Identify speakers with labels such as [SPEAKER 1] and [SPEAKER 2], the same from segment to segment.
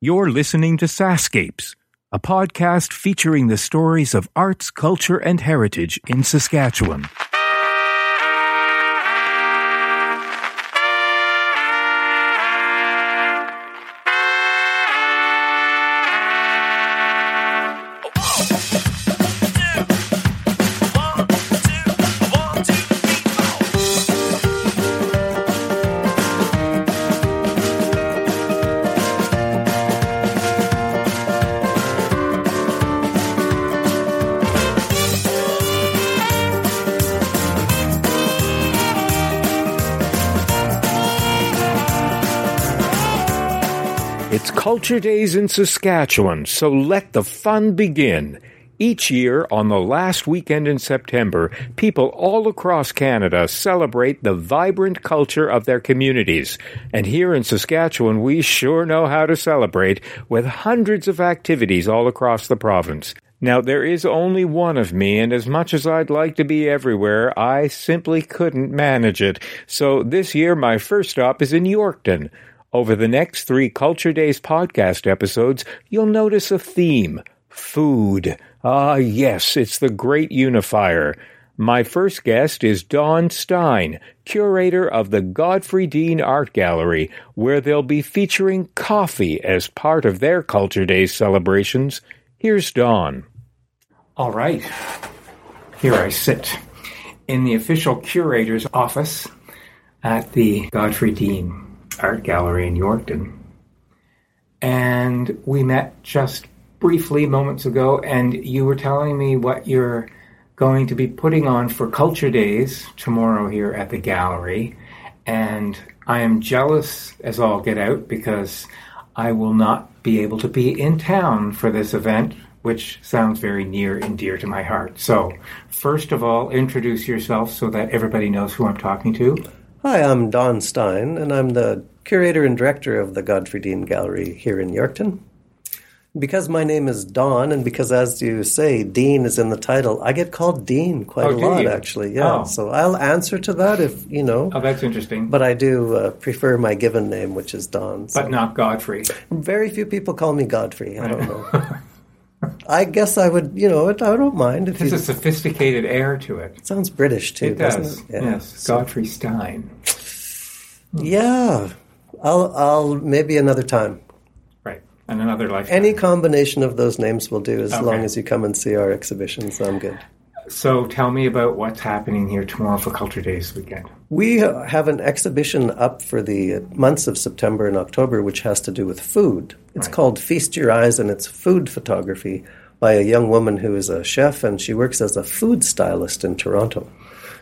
[SPEAKER 1] You're listening to Sascapes, a podcast featuring the stories of arts, culture, and heritage in Saskatchewan. It's Culture Days in Saskatchewan, so let the fun begin. Each year, on the last weekend in September, people all across Canada celebrate the vibrant culture of their communities. And here in Saskatchewan, we sure know how to celebrate with hundreds of activities all across the province. Now, there is only one of me, and as much as I'd like to be everywhere, I simply couldn't manage it. So this year, my first stop is in Yorkton. Over the next three Culture Days podcast episodes, you'll notice a theme food. Ah, yes, it's the great unifier. My first guest is Don Stein, curator of the Godfrey Dean Art Gallery, where they'll be featuring coffee as part of their Culture Days celebrations. Here's Don. All right. Here I sit in the official curator's office at the Godfrey Dean Art Gallery in Yorkton. And we met just briefly moments ago, and you were telling me what you're going to be putting on for Culture Days tomorrow here at the gallery. And I am jealous as all get out because I will not be able to be in town for this event, which sounds very near and dear to my heart. So, first of all, introduce yourself so that everybody knows who I'm talking to.
[SPEAKER 2] Hi, I'm Don Stein, and I'm the curator and director of the Godfrey Dean Gallery here in Yorkton. Because my name is Don, and because, as you say, Dean is in the title, I get called Dean quite
[SPEAKER 1] Oh,
[SPEAKER 2] a
[SPEAKER 1] do
[SPEAKER 2] lot,
[SPEAKER 1] you?
[SPEAKER 2] actually. Yeah,
[SPEAKER 1] Oh.
[SPEAKER 2] so I'll answer to that if you know.
[SPEAKER 1] Oh, that's interesting.
[SPEAKER 2] But I do uh, prefer my given name, which is Don. So
[SPEAKER 1] But not Godfrey.
[SPEAKER 2] very few people call me Godfrey. I don't know. I guess I would, you know, I don't mind if you.
[SPEAKER 1] There's a sophisticated air to it.
[SPEAKER 2] It sounds British too,
[SPEAKER 1] It does.
[SPEAKER 2] not it?
[SPEAKER 1] Yes. Godfrey Stein.
[SPEAKER 2] Yeah. I'll, I'll maybe another time.
[SPEAKER 1] Right. And another life.
[SPEAKER 2] Any combination of those names will do as
[SPEAKER 1] Okay.
[SPEAKER 2] long as you come and see our exhibitions. I'm good.
[SPEAKER 1] So tell me about what's happening here tomorrow for Culture Days weekend.
[SPEAKER 2] We ha- have an exhibition up for the months of September and October, which has to do with food. It's called Feast Your Eyes, and it's food photography by a young woman who is a chef, and she works as a food stylist in Toronto.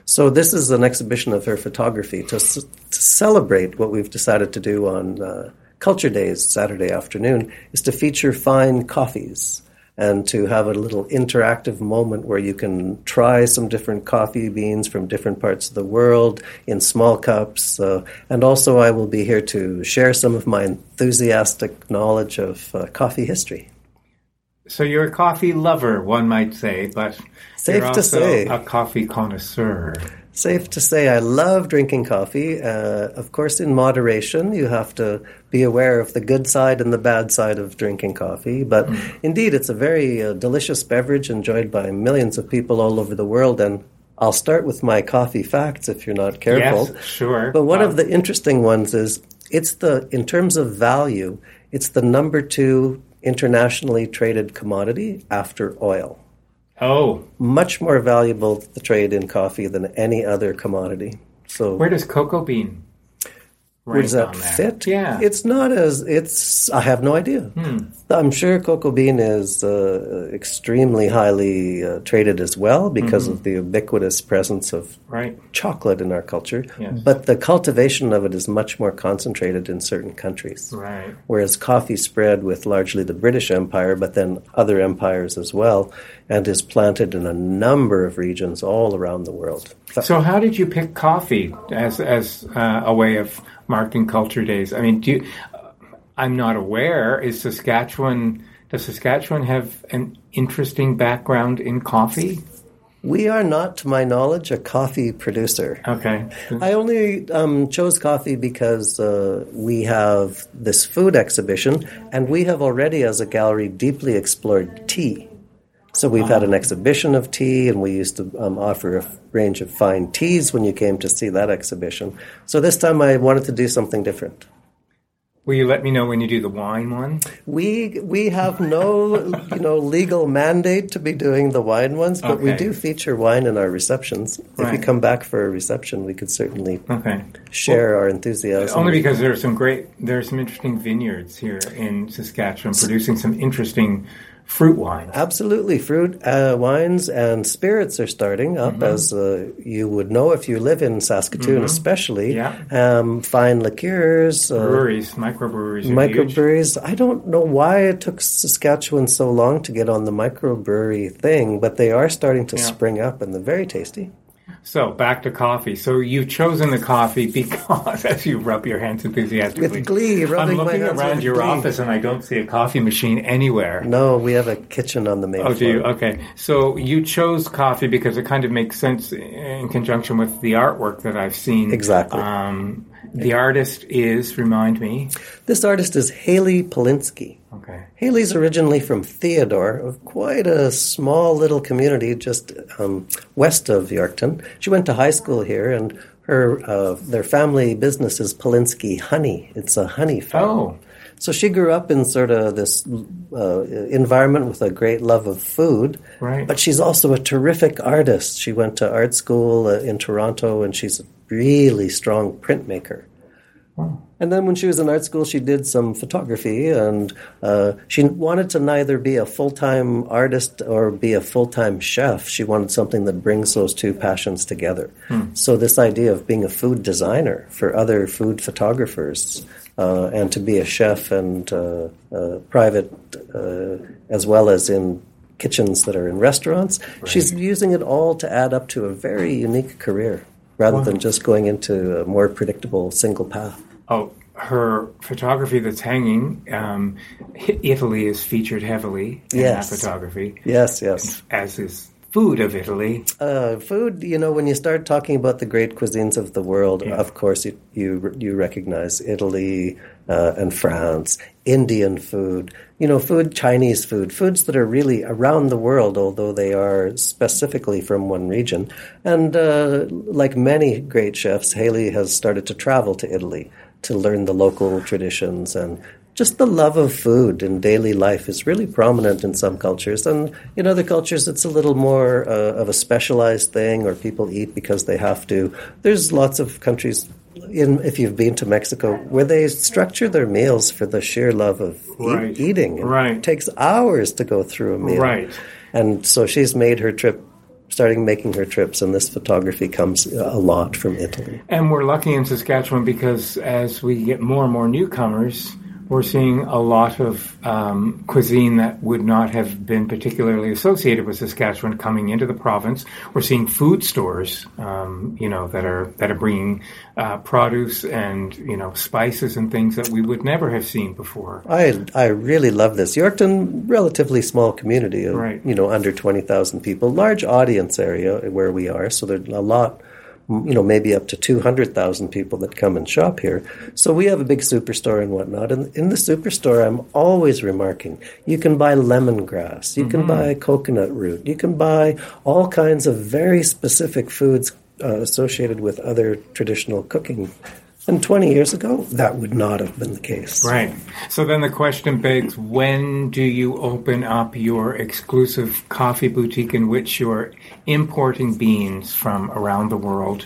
[SPEAKER 2] So this is an exhibition of her photography to, s- to celebrate what we've decided to do on uh, Culture Days Saturday afternoon is to feature fine coffees and to have a little interactive moment where you can try some different coffee beans from different parts of the world in small cups. Uh, and also, I will be here to share some of my enthusiastic knowledge of uh, coffee history.
[SPEAKER 1] So you're a coffee lover, one might say, but
[SPEAKER 2] Safe
[SPEAKER 1] you're
[SPEAKER 2] to
[SPEAKER 1] also
[SPEAKER 2] say.
[SPEAKER 1] a coffee connoisseur.
[SPEAKER 2] Safe to say, I love drinking coffee. Uh, of course, in moderation, you have to be aware of the good side and the bad side of drinking coffee. But indeed, it's a very uh, delicious beverage enjoyed by millions of people all over the world. And I'll start with my coffee facts if you're not careful.
[SPEAKER 1] Yes, sure. Um,
[SPEAKER 2] But one
[SPEAKER 1] Wow.
[SPEAKER 2] of the interesting ones is it's the in terms of value, it's the number two internationally traded commodity after oil.
[SPEAKER 1] Oh,
[SPEAKER 2] Much more valuable the trade in coffee than any other commodity. So
[SPEAKER 1] where does cocoa bean rank
[SPEAKER 2] where does that
[SPEAKER 1] on that?
[SPEAKER 2] fit?
[SPEAKER 1] Yeah. Hmm.
[SPEAKER 2] it's not as it's. I have no idea. I'm sure cocoa bean is uh, extremely highly uh, traded as well because
[SPEAKER 1] Mm-hmm.
[SPEAKER 2] of the ubiquitous presence of
[SPEAKER 1] right.
[SPEAKER 2] chocolate in our culture,
[SPEAKER 1] Yes.
[SPEAKER 2] but the cultivation of it is much more concentrated in certain countries.
[SPEAKER 1] Right.
[SPEAKER 2] Whereas coffee spread with largely the British Empire, but then other empires as well, and is planted in a number of regions all around the world.
[SPEAKER 1] So how did you pick coffee as as uh, a way of marking Culture Days? I mean, do you, I'm not aware. Is Saskatchewan does Saskatchewan have an interesting background in coffee?
[SPEAKER 2] We are not, to my knowledge, a coffee producer.
[SPEAKER 3] Okay.
[SPEAKER 2] I only um, chose coffee because uh, we have this food exhibition, and we have already, as a gallery, deeply explored tea. So we've had an exhibition of tea, and we used to um, offer a f- range of fine teas when you came to see that exhibition. So this time I wanted to do something different.
[SPEAKER 3] Will you let me know when you do the wine one?
[SPEAKER 2] We we have no you know legal mandate to be doing the wine ones, but we
[SPEAKER 3] Okay.
[SPEAKER 2] do feature wine in our receptions. If you
[SPEAKER 3] Right.
[SPEAKER 2] come back for a reception, we could certainly
[SPEAKER 3] Okay.
[SPEAKER 2] share our enthusiasm.
[SPEAKER 3] Only because there are some great, there are some interesting vineyards here in Saskatchewan producing some interesting fruit wines.
[SPEAKER 2] Absolutely, fruit uh, wines and spirits are starting up,
[SPEAKER 3] Mm-hmm.
[SPEAKER 2] as uh, you would know if you live in Saskatoon, especially.
[SPEAKER 3] Yeah.
[SPEAKER 2] Um, fine liqueurs, uh,
[SPEAKER 3] Breweries, microbreweries, are huge.
[SPEAKER 2] microbreweries. I don't know why it took Saskatchewan so long to get on the microbrewery thing, but they are starting to spring up, and they're very tasty.
[SPEAKER 3] So back to coffee. So you've chosen the coffee because, as you rub your hands enthusiastically,
[SPEAKER 2] With glee, rubbing
[SPEAKER 3] I'm
[SPEAKER 2] my
[SPEAKER 3] looking
[SPEAKER 2] hands
[SPEAKER 3] around
[SPEAKER 2] with
[SPEAKER 3] your
[SPEAKER 2] glee.
[SPEAKER 3] office and I don't see a coffee machine anywhere.
[SPEAKER 2] No, we have a kitchen on the main
[SPEAKER 3] Oh, do
[SPEAKER 2] floor.
[SPEAKER 3] you? Okay. So you chose coffee because it kind of makes sense in conjunction with the artwork that I've seen.
[SPEAKER 2] Exactly.
[SPEAKER 3] Um, the artist is, remind me.
[SPEAKER 2] This artist is Haley Polinsky.
[SPEAKER 3] Okay.
[SPEAKER 2] Haley's originally from Theodore, of quite a small little community just um, west of Yorkton. She went to high school here, and her uh, their family business is Polinsky Honey. It's a honey farm.
[SPEAKER 3] Oh,
[SPEAKER 2] So she grew up in sort of this uh, environment with a great love of food.
[SPEAKER 3] Right.
[SPEAKER 2] But she's also a terrific artist. She went to art school uh, in Toronto and she's a really strong printmaker. And then when she was in art school, she did some photography and uh, she wanted to neither be a full time artist or be a full time chef. She wanted something that brings those two passions together. So, this idea of being a food designer for other food photographers uh, and to be a chef and uh, uh, private uh, as well as in kitchens that are in restaurants, she's using it all to add up to a very unique career rather than just going into a more predictable single path.
[SPEAKER 3] oh, her photography that's hanging. Um, I- Italy is featured heavily in
[SPEAKER 2] Yes.
[SPEAKER 3] that photography,
[SPEAKER 2] Yes, yes.
[SPEAKER 3] as is food of Italy.
[SPEAKER 2] Uh, food, you know, when you start talking about the great cuisines of the world, of course you you, you recognize Italy uh, and France, Indian food, you know, food Chinese food, foods that are really around the world, although they are specifically from one region. And uh, like many great chefs, Haley has started to travel to Italy to learn the local traditions and just the love of food in daily life is really prominent in some cultures and in other cultures it's a little more uh, of a specialized thing or people eat because they have to there's lots of countries in if you've been to Mexico where they structure their meals for the sheer love of eat-
[SPEAKER 3] Right.
[SPEAKER 2] eating It
[SPEAKER 3] Right.
[SPEAKER 2] takes hours to go through a meal
[SPEAKER 3] Right.
[SPEAKER 2] and so she's made her trip starting making her trips and this photography comes uh, a lot from Italy
[SPEAKER 3] And we're lucky in Saskatchewan because as we get more and more newcomers, we're seeing a lot of um, cuisine that would not have been particularly associated with Saskatchewan coming into the province. We're seeing food stores, um, you know, that are that are bringing uh, produce and you know spices and things that we would never have seen before.
[SPEAKER 2] I I really love this. Yorkton, relatively small community of
[SPEAKER 3] Right.
[SPEAKER 2] you know under twenty thousand people, large audience area where we are. So there's a lot, m- you know, maybe up to two hundred thousand people that come and shop here. So we have a big superstore and whatnot. And in the superstore, I'm always remarking you can buy lemongrass, you can buy coconut root, you can buy all kinds of very specific foods uh, associated with other traditional cooking. And 20 years ago, that would not have been the case.
[SPEAKER 3] Right. So then the question begs: When do you open up your exclusive coffee boutique in which you're importing beans from around the world,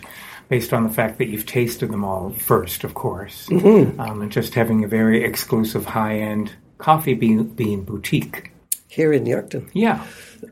[SPEAKER 3] based on the fact that you've tasted them all first, of course, um, and just having a very exclusive high-end coffee bean, bean boutique?
[SPEAKER 2] Here in Yorkton.
[SPEAKER 3] Yeah.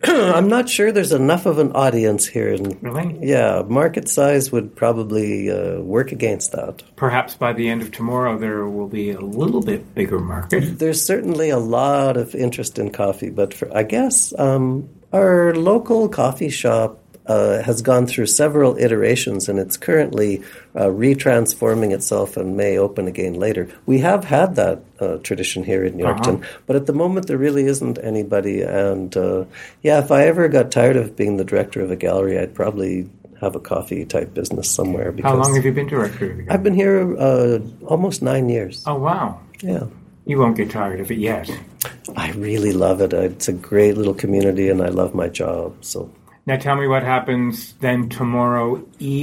[SPEAKER 2] I'm not sure there's enough of an audience here. In,
[SPEAKER 3] Really?
[SPEAKER 2] yeah, market size would probably uh, work against that.
[SPEAKER 3] Perhaps by the end of tomorrow there will be a little bit bigger market.
[SPEAKER 2] There's certainly a lot of interest in coffee, but for, I guess um, our local coffee shop uh, has gone through several iterations and it's currently uh, retransforming itself and may open again later. We have had that uh, tradition here in
[SPEAKER 3] Uh-huh.
[SPEAKER 2] Yorkton, but at the moment there really isn't anybody. And uh, yeah, if I ever got tired of being the director of a gallery, I'd probably have a coffee type business somewhere. Because
[SPEAKER 3] How long have you been director? of the
[SPEAKER 2] I've been here uh, almost nine years.
[SPEAKER 3] Oh wow,
[SPEAKER 2] Yeah.
[SPEAKER 3] you won't get tired of it yet.
[SPEAKER 2] I really love it. It's a great little community, and I love my job. So
[SPEAKER 3] Now tell me what happens then tomorrow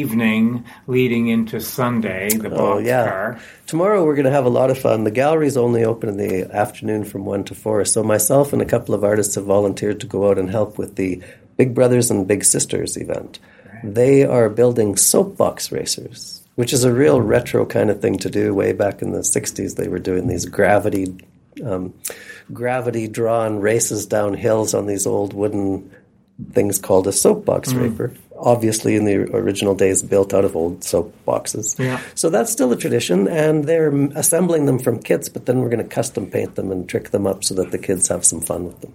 [SPEAKER 3] evening, leading into Sunday, the
[SPEAKER 2] Oh,
[SPEAKER 3] box
[SPEAKER 2] yeah.
[SPEAKER 3] car.
[SPEAKER 2] Tomorrow we're going to have a lot of fun. The gallery's only open in the afternoon from 1 to 4. So myself and a couple of artists have volunteered to go out and help with the Big Brothers and Big Sisters event. They are building soapbox racers, which is a real retro kind of thing to do. Way back in the 60s, they were doing these gravity um, gravity drawn races down hills on these old wooden things called a soapbox raper. Obviously, in the original days, built out of old soapboxes.
[SPEAKER 3] Yeah.
[SPEAKER 2] So that's still a tradition, and they're mm, assembling them from kits, but then we're going to custom paint them and trick them up so that the kids have some fun with them.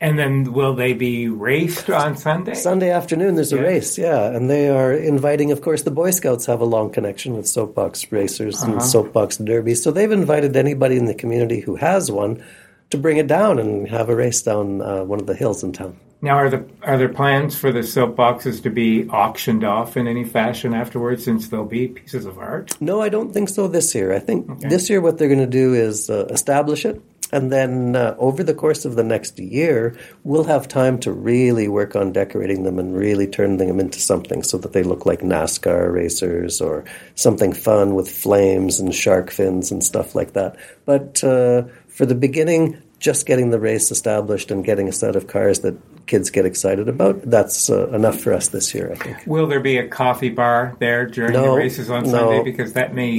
[SPEAKER 3] And then will they be raced on Sunday?
[SPEAKER 2] Sunday afternoon, there's a race, yeah, and they are inviting, of course, the Boy Scouts have a long connection with soapbox racers and soapbox derbies, so they've invited anybody in the community who has one to bring it down and have a race down uh, one of the hills in town.
[SPEAKER 3] Now, are the are there plans for the soapboxes to be auctioned off in any fashion afterwards, since they'll be pieces of art?
[SPEAKER 2] No, I don't think so this year. I think this year what they're going to do is uh, establish it. And then uh, over the course of the next year, we'll have time to really work on decorating them and really turning them into something so that they look like NASCAR racers or something fun with flames and shark fins and stuff like that. But uh, for the beginning, just getting the race established and getting a set of cars that kids get excited about, that's uh, enough for us this year, I think.
[SPEAKER 3] Will there be a coffee bar there during the
[SPEAKER 2] No,
[SPEAKER 3] races on
[SPEAKER 2] no.
[SPEAKER 3] Sunday? Because that may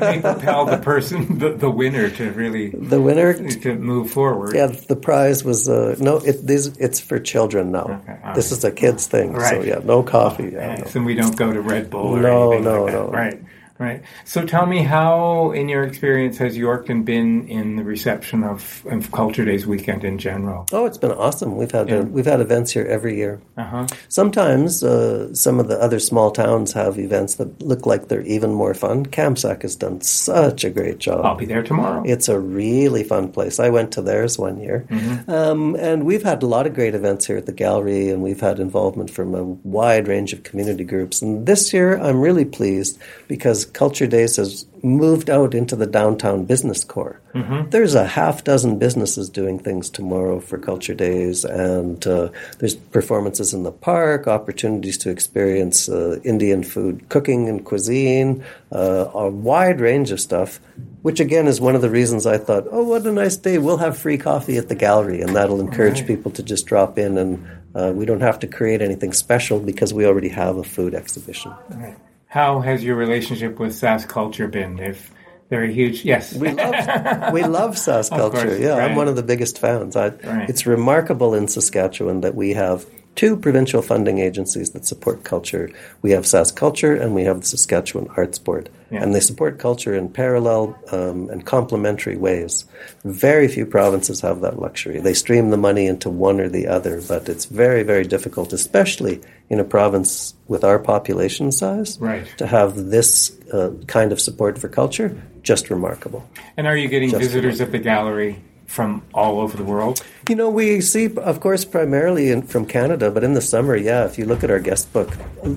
[SPEAKER 3] may propel the person, the, the winner, to really
[SPEAKER 2] The winner
[SPEAKER 3] to move forward.
[SPEAKER 2] Yeah, the prize was uh, no. It, these it's for children now.
[SPEAKER 3] all
[SPEAKER 2] this is a kids thing. So
[SPEAKER 3] Right. Oh,
[SPEAKER 2] yeah, no coffee. Yeah,
[SPEAKER 3] Yes, and we don't go to Red Bull or
[SPEAKER 2] No,
[SPEAKER 3] anything
[SPEAKER 2] no,
[SPEAKER 3] like that.
[SPEAKER 2] no.
[SPEAKER 3] Right, right. So tell me, how, in your experience, has Yorkton been in the reception of, of Culture Days weekend in general?
[SPEAKER 2] no. Oh, it's been awesome. We've had uh, we've had events here every year.
[SPEAKER 3] Uh-huh.
[SPEAKER 2] Sometimes uh, some of the other small towns have events that look like they're even more fun. Kamsack has done such a great job.
[SPEAKER 3] I'll be there tomorrow.
[SPEAKER 2] It's a really fun place. I went to theirs one year. Um, and we've had a lot of great events here at the gallery, and we've had involvement from a wide range of community groups. And this year, I'm really pleased because Culture Days has moved out into the downtown business core. There's a half dozen businesses doing things tomorrow for Culture Days, and uh, there's performances in the park, opportunities to experience uh, Indian food cooking and cuisine, uh, a wide range of stuff which again is one of the reasons I thought, oh, what a nice day. We'll have free coffee at the gallery, and that'll encourage people to just drop in, and uh, we don't have to create anything special because we already have a food exhibition.
[SPEAKER 3] How has your relationship with SAS Culture been? If they're a huge yes,
[SPEAKER 2] We love, we love Sass culture.
[SPEAKER 3] course,
[SPEAKER 2] yeah,
[SPEAKER 3] right.
[SPEAKER 2] I'm one of the biggest fans. I,
[SPEAKER 3] Right.
[SPEAKER 2] It's remarkable in Saskatchewan that we have two provincial funding agencies that support culture. We have Sass Culture and we have the Saskatchewan Arts Board.
[SPEAKER 3] Yeah.
[SPEAKER 2] And they support culture in parallel um, and complementary ways. Very few provinces have that luxury. They stream the money into one or the other, but it's very, very difficult, especially in a province with our population size,
[SPEAKER 3] Right.
[SPEAKER 2] to have this uh, kind of support for culture. Just remarkable.
[SPEAKER 3] and are you getting visitors at the gallery from all over the world?
[SPEAKER 2] You know, we see, of course, primarily in, from Canada, but in the summer, yeah, if you look at our guest book,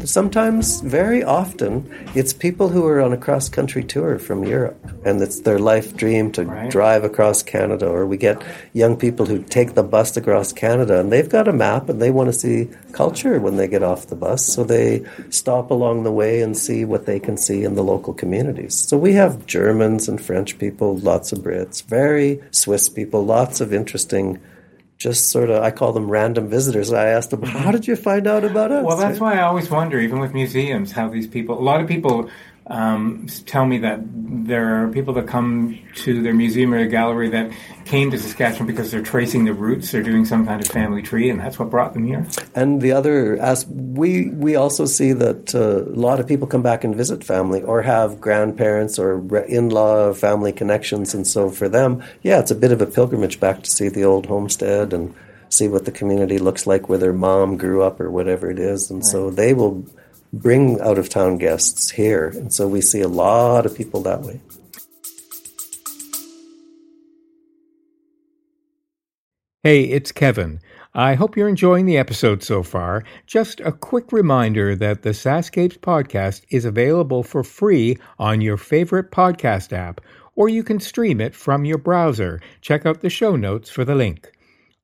[SPEAKER 2] sometimes, very often, it's people who are on a cross country tour from Europe, and it's their life dream to
[SPEAKER 3] Right.
[SPEAKER 2] drive across Canada. Or we get young people who take the bus across Canada, and they've got a map and they want to see culture when they get off the bus, so they stop along the way and see what they can see in the local communities. So we have Germans and French people, lots of Brits, very Swiss people, lots of interesting just sort of I call them random visitors. I asked them, "How did you find out about us?"
[SPEAKER 3] Well, that's why I always wonder, even with museums, how these people. A lot of people um, s- tell me that there are people that come to their museum or their gallery that came to Saskatchewan because they're tracing the roots, they're doing some kind of family tree, and that's what brought them here.
[SPEAKER 2] and the other as we we also see that uh, a lot of people come back and visit family or have grandparents or re- in-law or family connections, and so for them, yeah, it's a bit of a pilgrimage back to see the old homestead and see what the community looks like, where their mom grew up or whatever it is. And so they will bring out of town guests here. And so we see a lot of people that way.
[SPEAKER 1] Hey, it's Kevin. I hope you're enjoying the episode so far. Just a quick reminder that the Sascapes podcast is available for free on your favorite podcast app, or you can stream it from your browser. Check out the show notes for the link.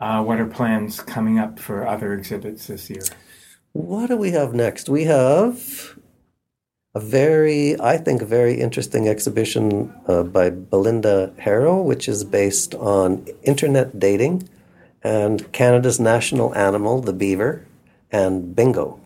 [SPEAKER 3] Uh, what are plans coming up for other exhibits this year?
[SPEAKER 2] What do we have next? We have a very, I think, a very interesting exhibition uh, by Belinda Harrow, which is based on internet dating and Canada's national animal, the beaver, and bingo.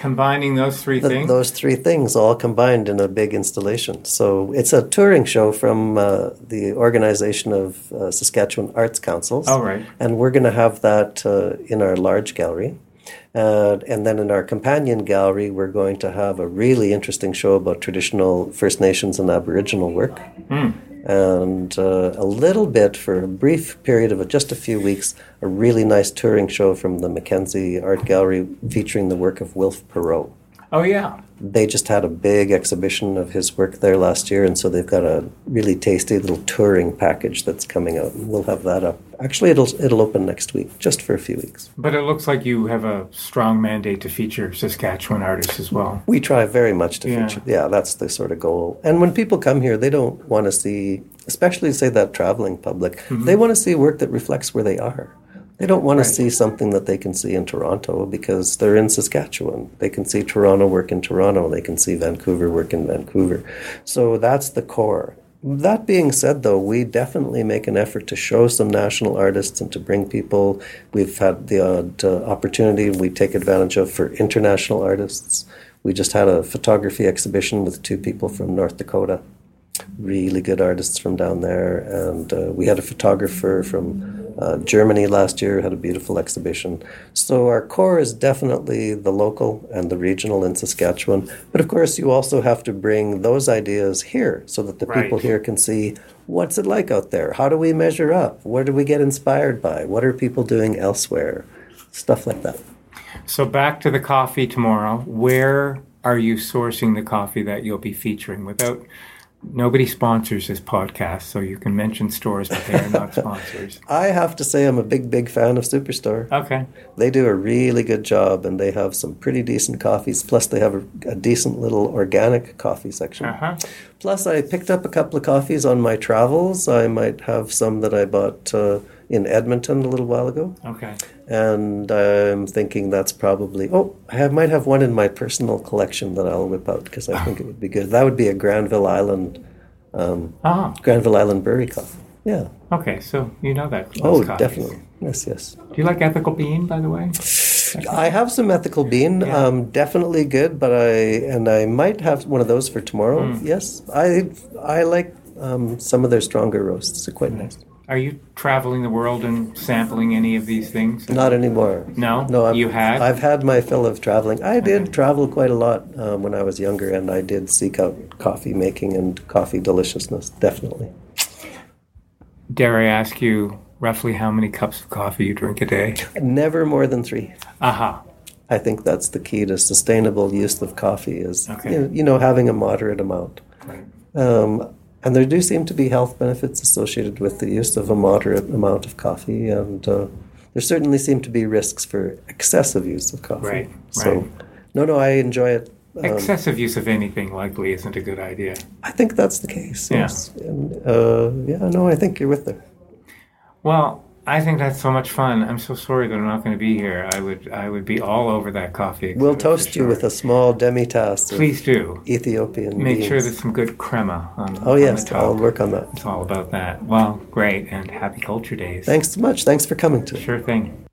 [SPEAKER 3] Combining those three
[SPEAKER 2] Th-
[SPEAKER 3] things.
[SPEAKER 2] Those three things all combined in a big installation. So it's a touring show from uh, the organization of uh, Saskatchewan Arts Councils.
[SPEAKER 3] All right.
[SPEAKER 2] And we're going to have that uh, in our large gallery. Uh, and then in our companion gallery, we're going to have a really interesting show about traditional First Nations and Aboriginal work.
[SPEAKER 3] Hmm.
[SPEAKER 2] And uh, a little bit for a brief period of just a few weeks, a really nice touring show from the Mackenzie Art Gallery featuring the work of Wilf Perot
[SPEAKER 3] Oh yeah.
[SPEAKER 2] they just had a big exhibition of his work there last year, and so they've got a really tasty little touring package that's coming out. and We'll have that up. Actually, it'll it'll open next week, just for a few weeks.
[SPEAKER 3] But it looks like you have a strong mandate to feature Saskatchewan artists as well.
[SPEAKER 2] We try very much to
[SPEAKER 3] Yeah.
[SPEAKER 2] feature. Yeah, that's the sort of goal. And when people come here, they don't want to see, especially say that traveling public, they want to see work that reflects where they are. They don't want to see something that they can see in Toronto because they're in Saskatchewan. They can see Toronto work in Toronto. They can see Vancouver work in Vancouver. So that's the core. That being said, though, we definitely make an effort to show some national artists and to bring people. We've had the odd uh, opportunity we take advantage of for international artists. We just had a photography exhibition with two people from North Dakota, really good artists from down there. And uh, we had a photographer from uh, Germany last year, had a beautiful exhibition. So our core is definitely the local and the regional in Saskatchewan. But of course, you also have to bring those ideas here so that the
[SPEAKER 3] Right.
[SPEAKER 2] people here can see what's it like out there? How do we measure up? What do we get inspired by? What are people doing elsewhere? Stuff like that.
[SPEAKER 3] So back to the coffee tomorrow. Where are you sourcing the coffee that you'll be featuring? Without nobody sponsors this podcast, so you can mention stores, but they are not sponsors.
[SPEAKER 2] I have to say, I'm a big, big fan of Superstore.
[SPEAKER 3] Okay.
[SPEAKER 2] They do a really good job and they have some pretty decent coffees. Plus, they have a, a decent little organic coffee section.
[SPEAKER 3] Uh huh.
[SPEAKER 2] Plus, I picked up a couple of coffees on my travels. I might have some that I bought uh, in Edmonton a little while ago.
[SPEAKER 3] Okay.
[SPEAKER 2] And I'm thinking that's probably, oh, I have, might have one in my personal collection that I'll whip out because
[SPEAKER 3] Ah.
[SPEAKER 2] I think it would be good. That would be a Granville Island,
[SPEAKER 3] Oh,
[SPEAKER 2] Granville Island Brewery coffee. Yeah.
[SPEAKER 3] okay. So you know that. those
[SPEAKER 2] Oh,
[SPEAKER 3] coffees.
[SPEAKER 2] definitely. Yes, yes.
[SPEAKER 3] Do you like ethical bean, by the way?
[SPEAKER 2] I have some ethical bean. Um, definitely good, but I and I might have one of those for tomorrow.
[SPEAKER 3] Hmm.
[SPEAKER 2] Yes, I I like um, some of their stronger roasts. They're quite nice.
[SPEAKER 3] Are you traveling the world and sampling any of these things?
[SPEAKER 2] Not anymore.
[SPEAKER 3] No?
[SPEAKER 2] no. I've,
[SPEAKER 3] You had?
[SPEAKER 2] I've had my fill of traveling. I did travel quite a lot um, when I was younger, and I did seek out coffee making and coffee deliciousness. Definitely.
[SPEAKER 3] Dare I ask you roughly how many cups of coffee you drink a day?
[SPEAKER 2] Never more than three.
[SPEAKER 3] Aha.
[SPEAKER 2] I think that's the key to sustainable use of coffee is
[SPEAKER 3] Okay.
[SPEAKER 2] you, know, you know having a moderate amount. Um, and there do seem to be health benefits associated with the use of a moderate amount of coffee, and uh, there certainly seem to be risks for excessive use of coffee.
[SPEAKER 3] Right,
[SPEAKER 2] So,
[SPEAKER 3] right.
[SPEAKER 2] no, no, I enjoy it. Um,
[SPEAKER 3] Excessive use of anything likely isn't a good idea.
[SPEAKER 2] I think that's the case.
[SPEAKER 3] Yeah.
[SPEAKER 2] Yes. And, uh, yeah. No, I think you're with there.
[SPEAKER 3] Well, I think that's so much fun. I'm so sorry that I'm not going to be here. I would I would be all over that coffee.
[SPEAKER 2] We'll toast you with a small demi-tasse of
[SPEAKER 3] Please do.
[SPEAKER 2] Ethiopian
[SPEAKER 3] Make
[SPEAKER 2] beans.
[SPEAKER 3] sure there's some good crema on,
[SPEAKER 2] Oh,
[SPEAKER 3] on
[SPEAKER 2] yes,
[SPEAKER 3] the top.
[SPEAKER 2] I'll work on that.
[SPEAKER 3] It's all about that. Well, great, and happy Culture Days.
[SPEAKER 2] Thanks so much. Thanks for coming to.
[SPEAKER 3] Sure thing.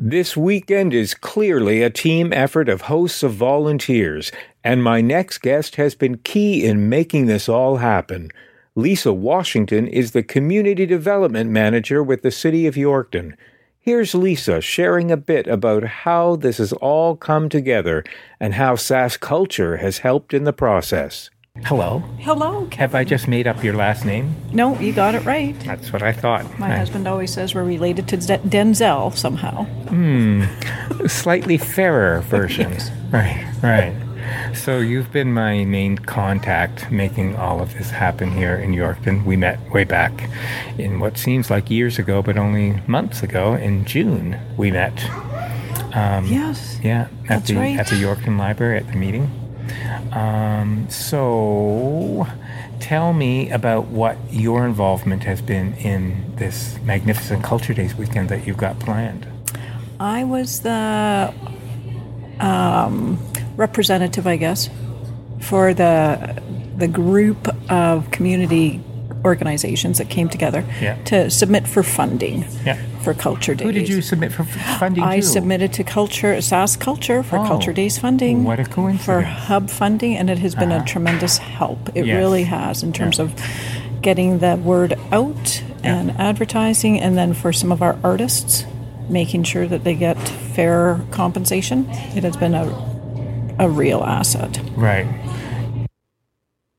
[SPEAKER 1] This weekend is clearly a team effort of hosts of volunteers, and my next guest has been key in making this all happen. Lisa Washington is the Community Development Manager with the City of Yorkton. Here's Lisa sharing a bit about how this has all come together and how SAS Culture has helped in the process.
[SPEAKER 3] Hello.
[SPEAKER 4] Hello.
[SPEAKER 3] Have I just made up your last name?
[SPEAKER 4] No, you got it right.
[SPEAKER 3] That's what I thought.
[SPEAKER 4] My husband always says we're related to Z- Denzel somehow.
[SPEAKER 3] slightly fairer version. Right, right. So you've been my main contact making all of this happen here in Yorkton. We met way back in what seems like years ago, but only months ago in June we met. Um,
[SPEAKER 4] Yes.
[SPEAKER 3] Yeah, at
[SPEAKER 4] That's
[SPEAKER 3] the
[SPEAKER 4] right.
[SPEAKER 3] at the Yorkton Library at the meeting. Um, so tell me about what your involvement has been in this magnificent Culture Days weekend that you've got planned.
[SPEAKER 4] I was the um, representative, I guess, for the the group of community organizations that came together
[SPEAKER 3] Yeah.
[SPEAKER 4] to submit for funding
[SPEAKER 3] Yeah.
[SPEAKER 4] for Culture Days.
[SPEAKER 3] Who did you submit for f- funding
[SPEAKER 4] I
[SPEAKER 3] to?
[SPEAKER 4] submitted to Culture SAS Culture for
[SPEAKER 3] Oh,
[SPEAKER 4] Culture Days funding.
[SPEAKER 3] what a
[SPEAKER 4] For
[SPEAKER 3] coincidence. Ah.
[SPEAKER 4] hub funding, and it has been a tremendous help. It
[SPEAKER 3] Yes.
[SPEAKER 4] really has in terms of getting the word out and advertising, and then for some of our artists, making sure that they get fair compensation. It has been a a real asset.
[SPEAKER 3] Right.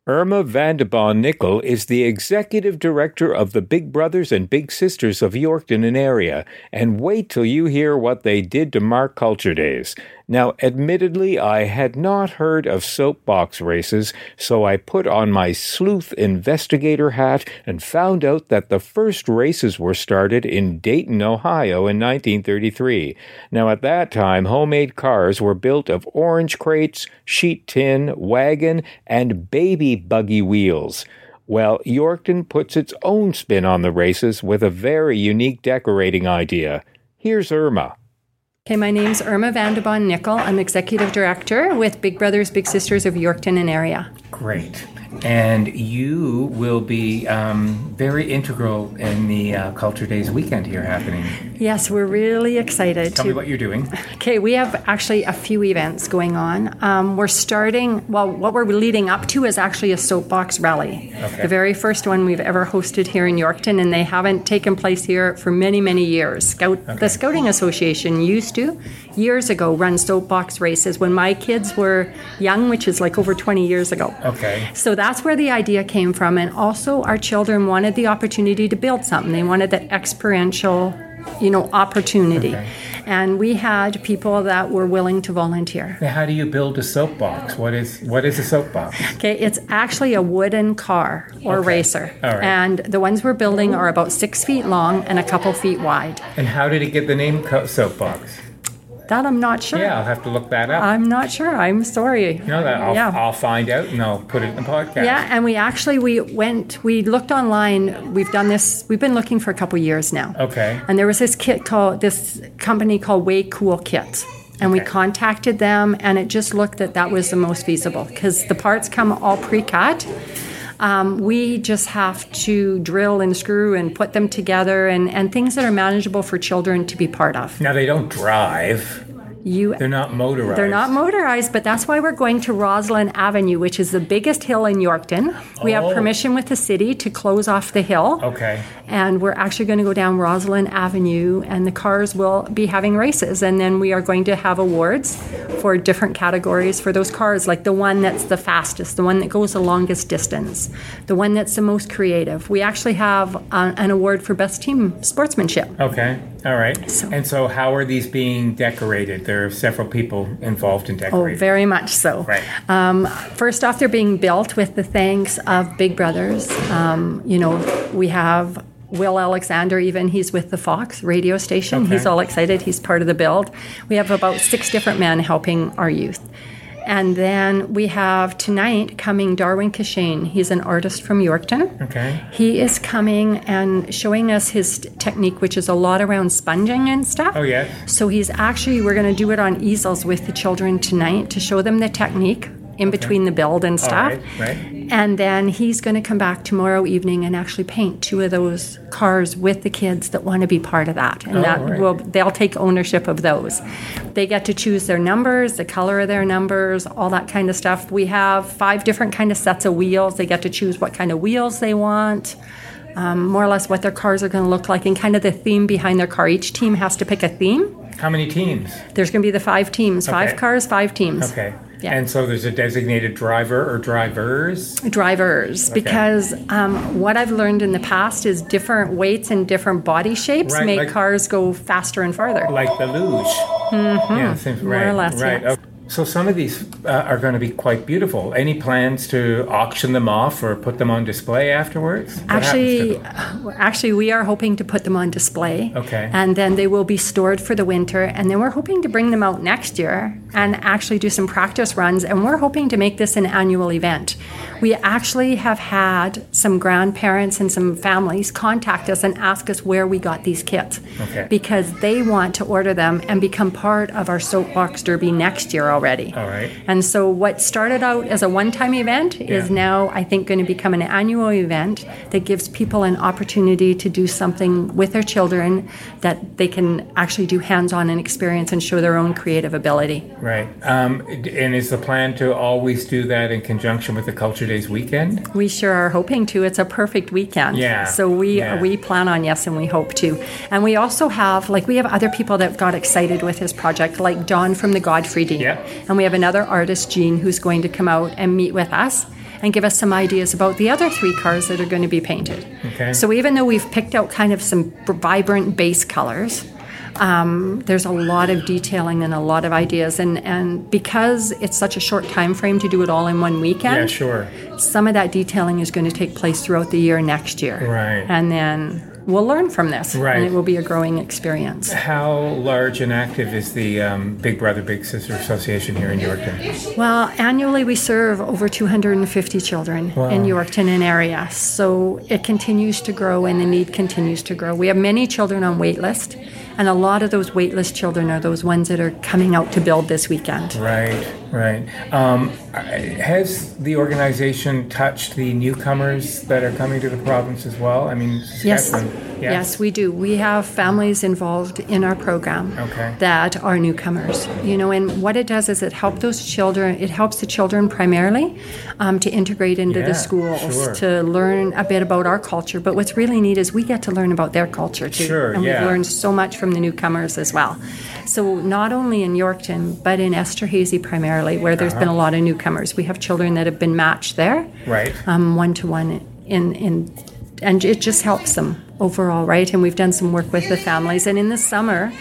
[SPEAKER 1] Irma Vandebon Nickel is the executive director of the Big Brothers and Big Sisters of Yorkton and area, and wait till you hear what they did to mark Culture Days. Now, admittedly, I had not heard of soapbox races, so I put on my sleuth investigator hat and found out that the first races were started in Dayton, Ohio in 1933. Now, at that time, homemade cars were built of orange crates, sheet tin, wagon, and baby buggy wheels. Well, Yorkton puts its own spin on the races with a very unique decorating idea. Here's Irma.
[SPEAKER 5] Okay, my name's Irma Vanderbon Nickel. I'm Executive Director with Big Brothers Big Sisters of Yorkton and Area.
[SPEAKER 3] Great. And you will be um, very integral in the uh, Culture Days weekend here happening.
[SPEAKER 5] Yes, we're really excited
[SPEAKER 3] Tell me
[SPEAKER 5] to
[SPEAKER 3] what you're doing.
[SPEAKER 5] Okay, we have actually a few events going on. Um, we're starting, well, what we're leading up to is actually a soapbox rally. The very first one we've ever hosted here in Yorkton, and they haven't taken place here for many, many years. Scout, The Scouting Association used to, years ago, run soapbox races when my kids were young, which is like over 20 years ago.
[SPEAKER 3] Okay.
[SPEAKER 5] So that's where the idea came from. And also, our children wanted the opportunity to build something. They wanted that experiential, you know, opportunity. And we had people that were willing to volunteer.
[SPEAKER 3] How do you build a soapbox? What is what is a soapbox?
[SPEAKER 5] Okay, it's actually a wooden car or racer.
[SPEAKER 3] All right.
[SPEAKER 5] And the ones we're building are about six feet long and a couple feet wide.
[SPEAKER 3] And how did it get the name co- soapbox?
[SPEAKER 5] That I'm not sure.
[SPEAKER 3] Yeah, I'll have to look that up.
[SPEAKER 5] I'm not sure. I'm sorry.
[SPEAKER 3] you know that I'll,
[SPEAKER 5] Uh, yeah.
[SPEAKER 3] I'll find out and I'll put it in the podcast.
[SPEAKER 5] Yeah, and we actually we went we looked online. We've done this. We've been looking for a couple years now.
[SPEAKER 3] Okay.
[SPEAKER 5] And there was this kit called this company called Way Cool Kit. And we
[SPEAKER 3] Okay.
[SPEAKER 5] contacted them, and it just looked that that was the most feasible because the parts come all pre-cut. Um, we just have to drill and screw and put them together, and, and things that are manageable for children to be part of.
[SPEAKER 3] Now they don't drive.
[SPEAKER 5] You
[SPEAKER 3] They're not motorized.
[SPEAKER 5] they're not motorized, but that's why we're going to Roslyn Avenue, which is the biggest hill in Yorkton. We
[SPEAKER 3] Oh.
[SPEAKER 5] have permission with the city to close off the hill.
[SPEAKER 3] Okay.
[SPEAKER 5] And we're actually going to go down Roslyn Avenue, and the cars will be having races. And then we are going to have awards for different categories for those cars, like the one that's the fastest, the one that goes the longest distance, the one that's the most creative. We actually have uh, an award for best team sportsmanship.
[SPEAKER 3] Okay. All right. and so, how are these being decorated? There are several people involved in
[SPEAKER 5] Oh,
[SPEAKER 3] decorating.
[SPEAKER 5] very much so.
[SPEAKER 3] Right.
[SPEAKER 5] Um, first off, they're being built with the thanks of Big Brothers. Um, you know, we have Will Alexander, even he's with the Fox radio station. He's all excited, he's part of the build. We have about six different men helping our youth. And then we have tonight coming Darwin Kishane. He's an artist from Yorkton.
[SPEAKER 3] Okay.
[SPEAKER 5] He is coming and showing us his technique, which is a lot around sponging and stuff.
[SPEAKER 3] Oh, yeah.
[SPEAKER 5] So he's actually, we're going to do it on easels with the children tonight to show them the technique in between the build and stuff.
[SPEAKER 3] right, right.
[SPEAKER 5] And then he's going to come back tomorrow evening and actually paint two of those cars with the kids that want to be part of that. And that
[SPEAKER 3] Oh, right.
[SPEAKER 5] will they'll take ownership of those. They get to choose their numbers, the color of their numbers, all that kind of stuff. We have five different kind of sets of wheels. They get to choose what kind of wheels they want. Um, more or less what their cars are going to look like and kind of the theme behind their car. Each team has to pick a theme.
[SPEAKER 3] How many teams?
[SPEAKER 5] There's going to be the five teams,
[SPEAKER 3] Okay.
[SPEAKER 5] five cars, five teams.
[SPEAKER 3] Okay.
[SPEAKER 5] Yeah.
[SPEAKER 3] And so there's a designated driver or drivers.
[SPEAKER 5] drivers because um, what I've learned in the past is different weights and different body shapes
[SPEAKER 3] Right,
[SPEAKER 5] make
[SPEAKER 3] like-
[SPEAKER 5] cars go faster and farther.
[SPEAKER 3] like the luge. Yeah, seems
[SPEAKER 5] Mm-hmm. More
[SPEAKER 3] right.
[SPEAKER 5] or less,
[SPEAKER 3] right.
[SPEAKER 5] yes.
[SPEAKER 3] Okay. So some of these uh, are going to be quite beautiful. Any plans to auction them off or put them on display afterwards? What happens to
[SPEAKER 5] actually,
[SPEAKER 3] them?
[SPEAKER 5] uh, actually, we are hoping to put them on display.
[SPEAKER 3] Okay.
[SPEAKER 5] And then they will be stored for the winter, and then we're hoping to bring them out next year and actually do some practice runs. And we're hoping to make this an annual event. We actually have had some grandparents and some families contact us and ask us where we got these kits.
[SPEAKER 3] Okay.
[SPEAKER 5] Because they want to order them and become part of our soapbox derby next year already.
[SPEAKER 3] All right.
[SPEAKER 5] And so, what started out as a one time event is
[SPEAKER 3] Yeah.
[SPEAKER 5] now, I think, going to become an annual event that gives people an opportunity to do something with their children that they can actually do hands on and experience and show their own creative ability.
[SPEAKER 3] right. Um, d- and is the plan to always do that in conjunction with the Culture Days weekend?
[SPEAKER 5] We sure are hoping to. It's a perfect weekend.
[SPEAKER 3] Yeah,
[SPEAKER 5] So we
[SPEAKER 3] yeah.
[SPEAKER 5] we plan on yes, and we hope to. And we also have like we have other people that got excited with his project, like Don from the Godfrey Dean.
[SPEAKER 3] Yeah.
[SPEAKER 5] And we have another artist, Jean, who's going to come out and meet with us and give us some ideas about the other three cars that are going to be painted.
[SPEAKER 3] Okay.
[SPEAKER 5] So even though we've picked out kind of some vibrant base colors. Um, there's a lot of detailing and a lot of ideas, and, and because it's such a short time frame to do it all in one weekend,
[SPEAKER 3] Yeah, sure.
[SPEAKER 5] some of that detailing is going to take place throughout the year next year.
[SPEAKER 3] Right.
[SPEAKER 5] And then we'll learn from this.
[SPEAKER 3] Right.
[SPEAKER 5] And it will be a growing experience.
[SPEAKER 3] How large and active is the um, Big Brother Big Sister Association here in Yorkton?
[SPEAKER 5] Well, annually we serve over 250 children in Yorkton and area. So it continues to grow and the need continues to grow. We have many children on wait list, and a lot of those wait list children are those ones that are coming out to build this weekend.
[SPEAKER 3] Right, right. Um, has the organization touched the newcomers that are coming to the province as well? I mean,
[SPEAKER 5] Yes.
[SPEAKER 3] Saskatchewan- yeah?
[SPEAKER 5] Yes, we do. We have families involved in our program
[SPEAKER 3] Okay.
[SPEAKER 5] that are newcomers. You know, and what it does is it helps those children. It helps the children primarily um, to integrate into
[SPEAKER 3] Yeah,
[SPEAKER 5] the schools
[SPEAKER 3] sure.
[SPEAKER 5] to learn a bit about our culture. But what's really neat is we get to learn about their culture too,
[SPEAKER 3] Sure,
[SPEAKER 5] and
[SPEAKER 3] yeah.
[SPEAKER 5] we've learned so much from the newcomers as well. So not only in Yorkton, but in Esterhazy primarily, where there's
[SPEAKER 3] Uh-huh.
[SPEAKER 5] been a lot of newcomers. We have children that have been matched there
[SPEAKER 3] Right.
[SPEAKER 5] um, one to one in in and it just helps them overall right and we've done some work with the families and in the summer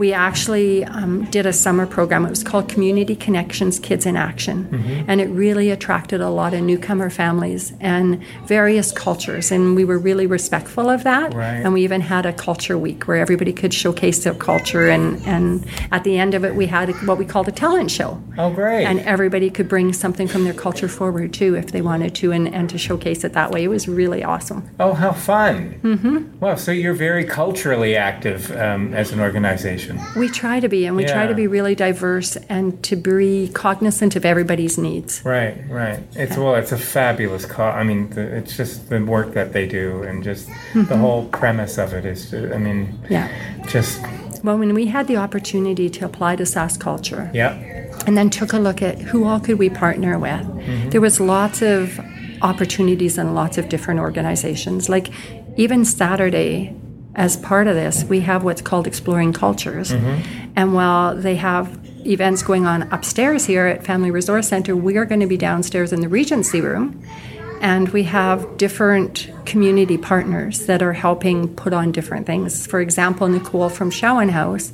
[SPEAKER 5] we actually um, did a summer program it was called community connections kids in action and it really attracted a lot of newcomer families and various cultures and we were really respectful of that
[SPEAKER 3] Right.
[SPEAKER 5] and we even had a culture week where everybody could showcase their culture and, and at the end of it we had what we called a talent show
[SPEAKER 3] Oh, great.
[SPEAKER 5] and everybody could bring something from their culture forward too if they wanted to and, and to showcase it that way. It was really awesome.
[SPEAKER 3] Oh, how fun! Mm-hmm. Wow, so you're very culturally active um, as an organization.
[SPEAKER 5] We try to be, and we try
[SPEAKER 3] Yeah.
[SPEAKER 5] to be really diverse and to be cognizant of everybody's needs.
[SPEAKER 3] Right, right. It's well, it's a fabulous cause. I mean, the, it's just the work that they do, and just the
[SPEAKER 5] Mm-hmm.
[SPEAKER 3] whole premise of it is. I mean,
[SPEAKER 5] Yeah.
[SPEAKER 3] just
[SPEAKER 5] Well, when we had the opportunity to apply to SAS culture
[SPEAKER 3] yeah.
[SPEAKER 5] and then took a look at who all could we partner with, there was lots of opportunities and lots of different organizations. Like even Saturday, as part of this, we have what's called Exploring Cultures. And while they have events going on upstairs here at Family Resource Center, we are going to be downstairs in the Regency room and we have different community partners that are helping put on different things. For example, Nicole from Showen House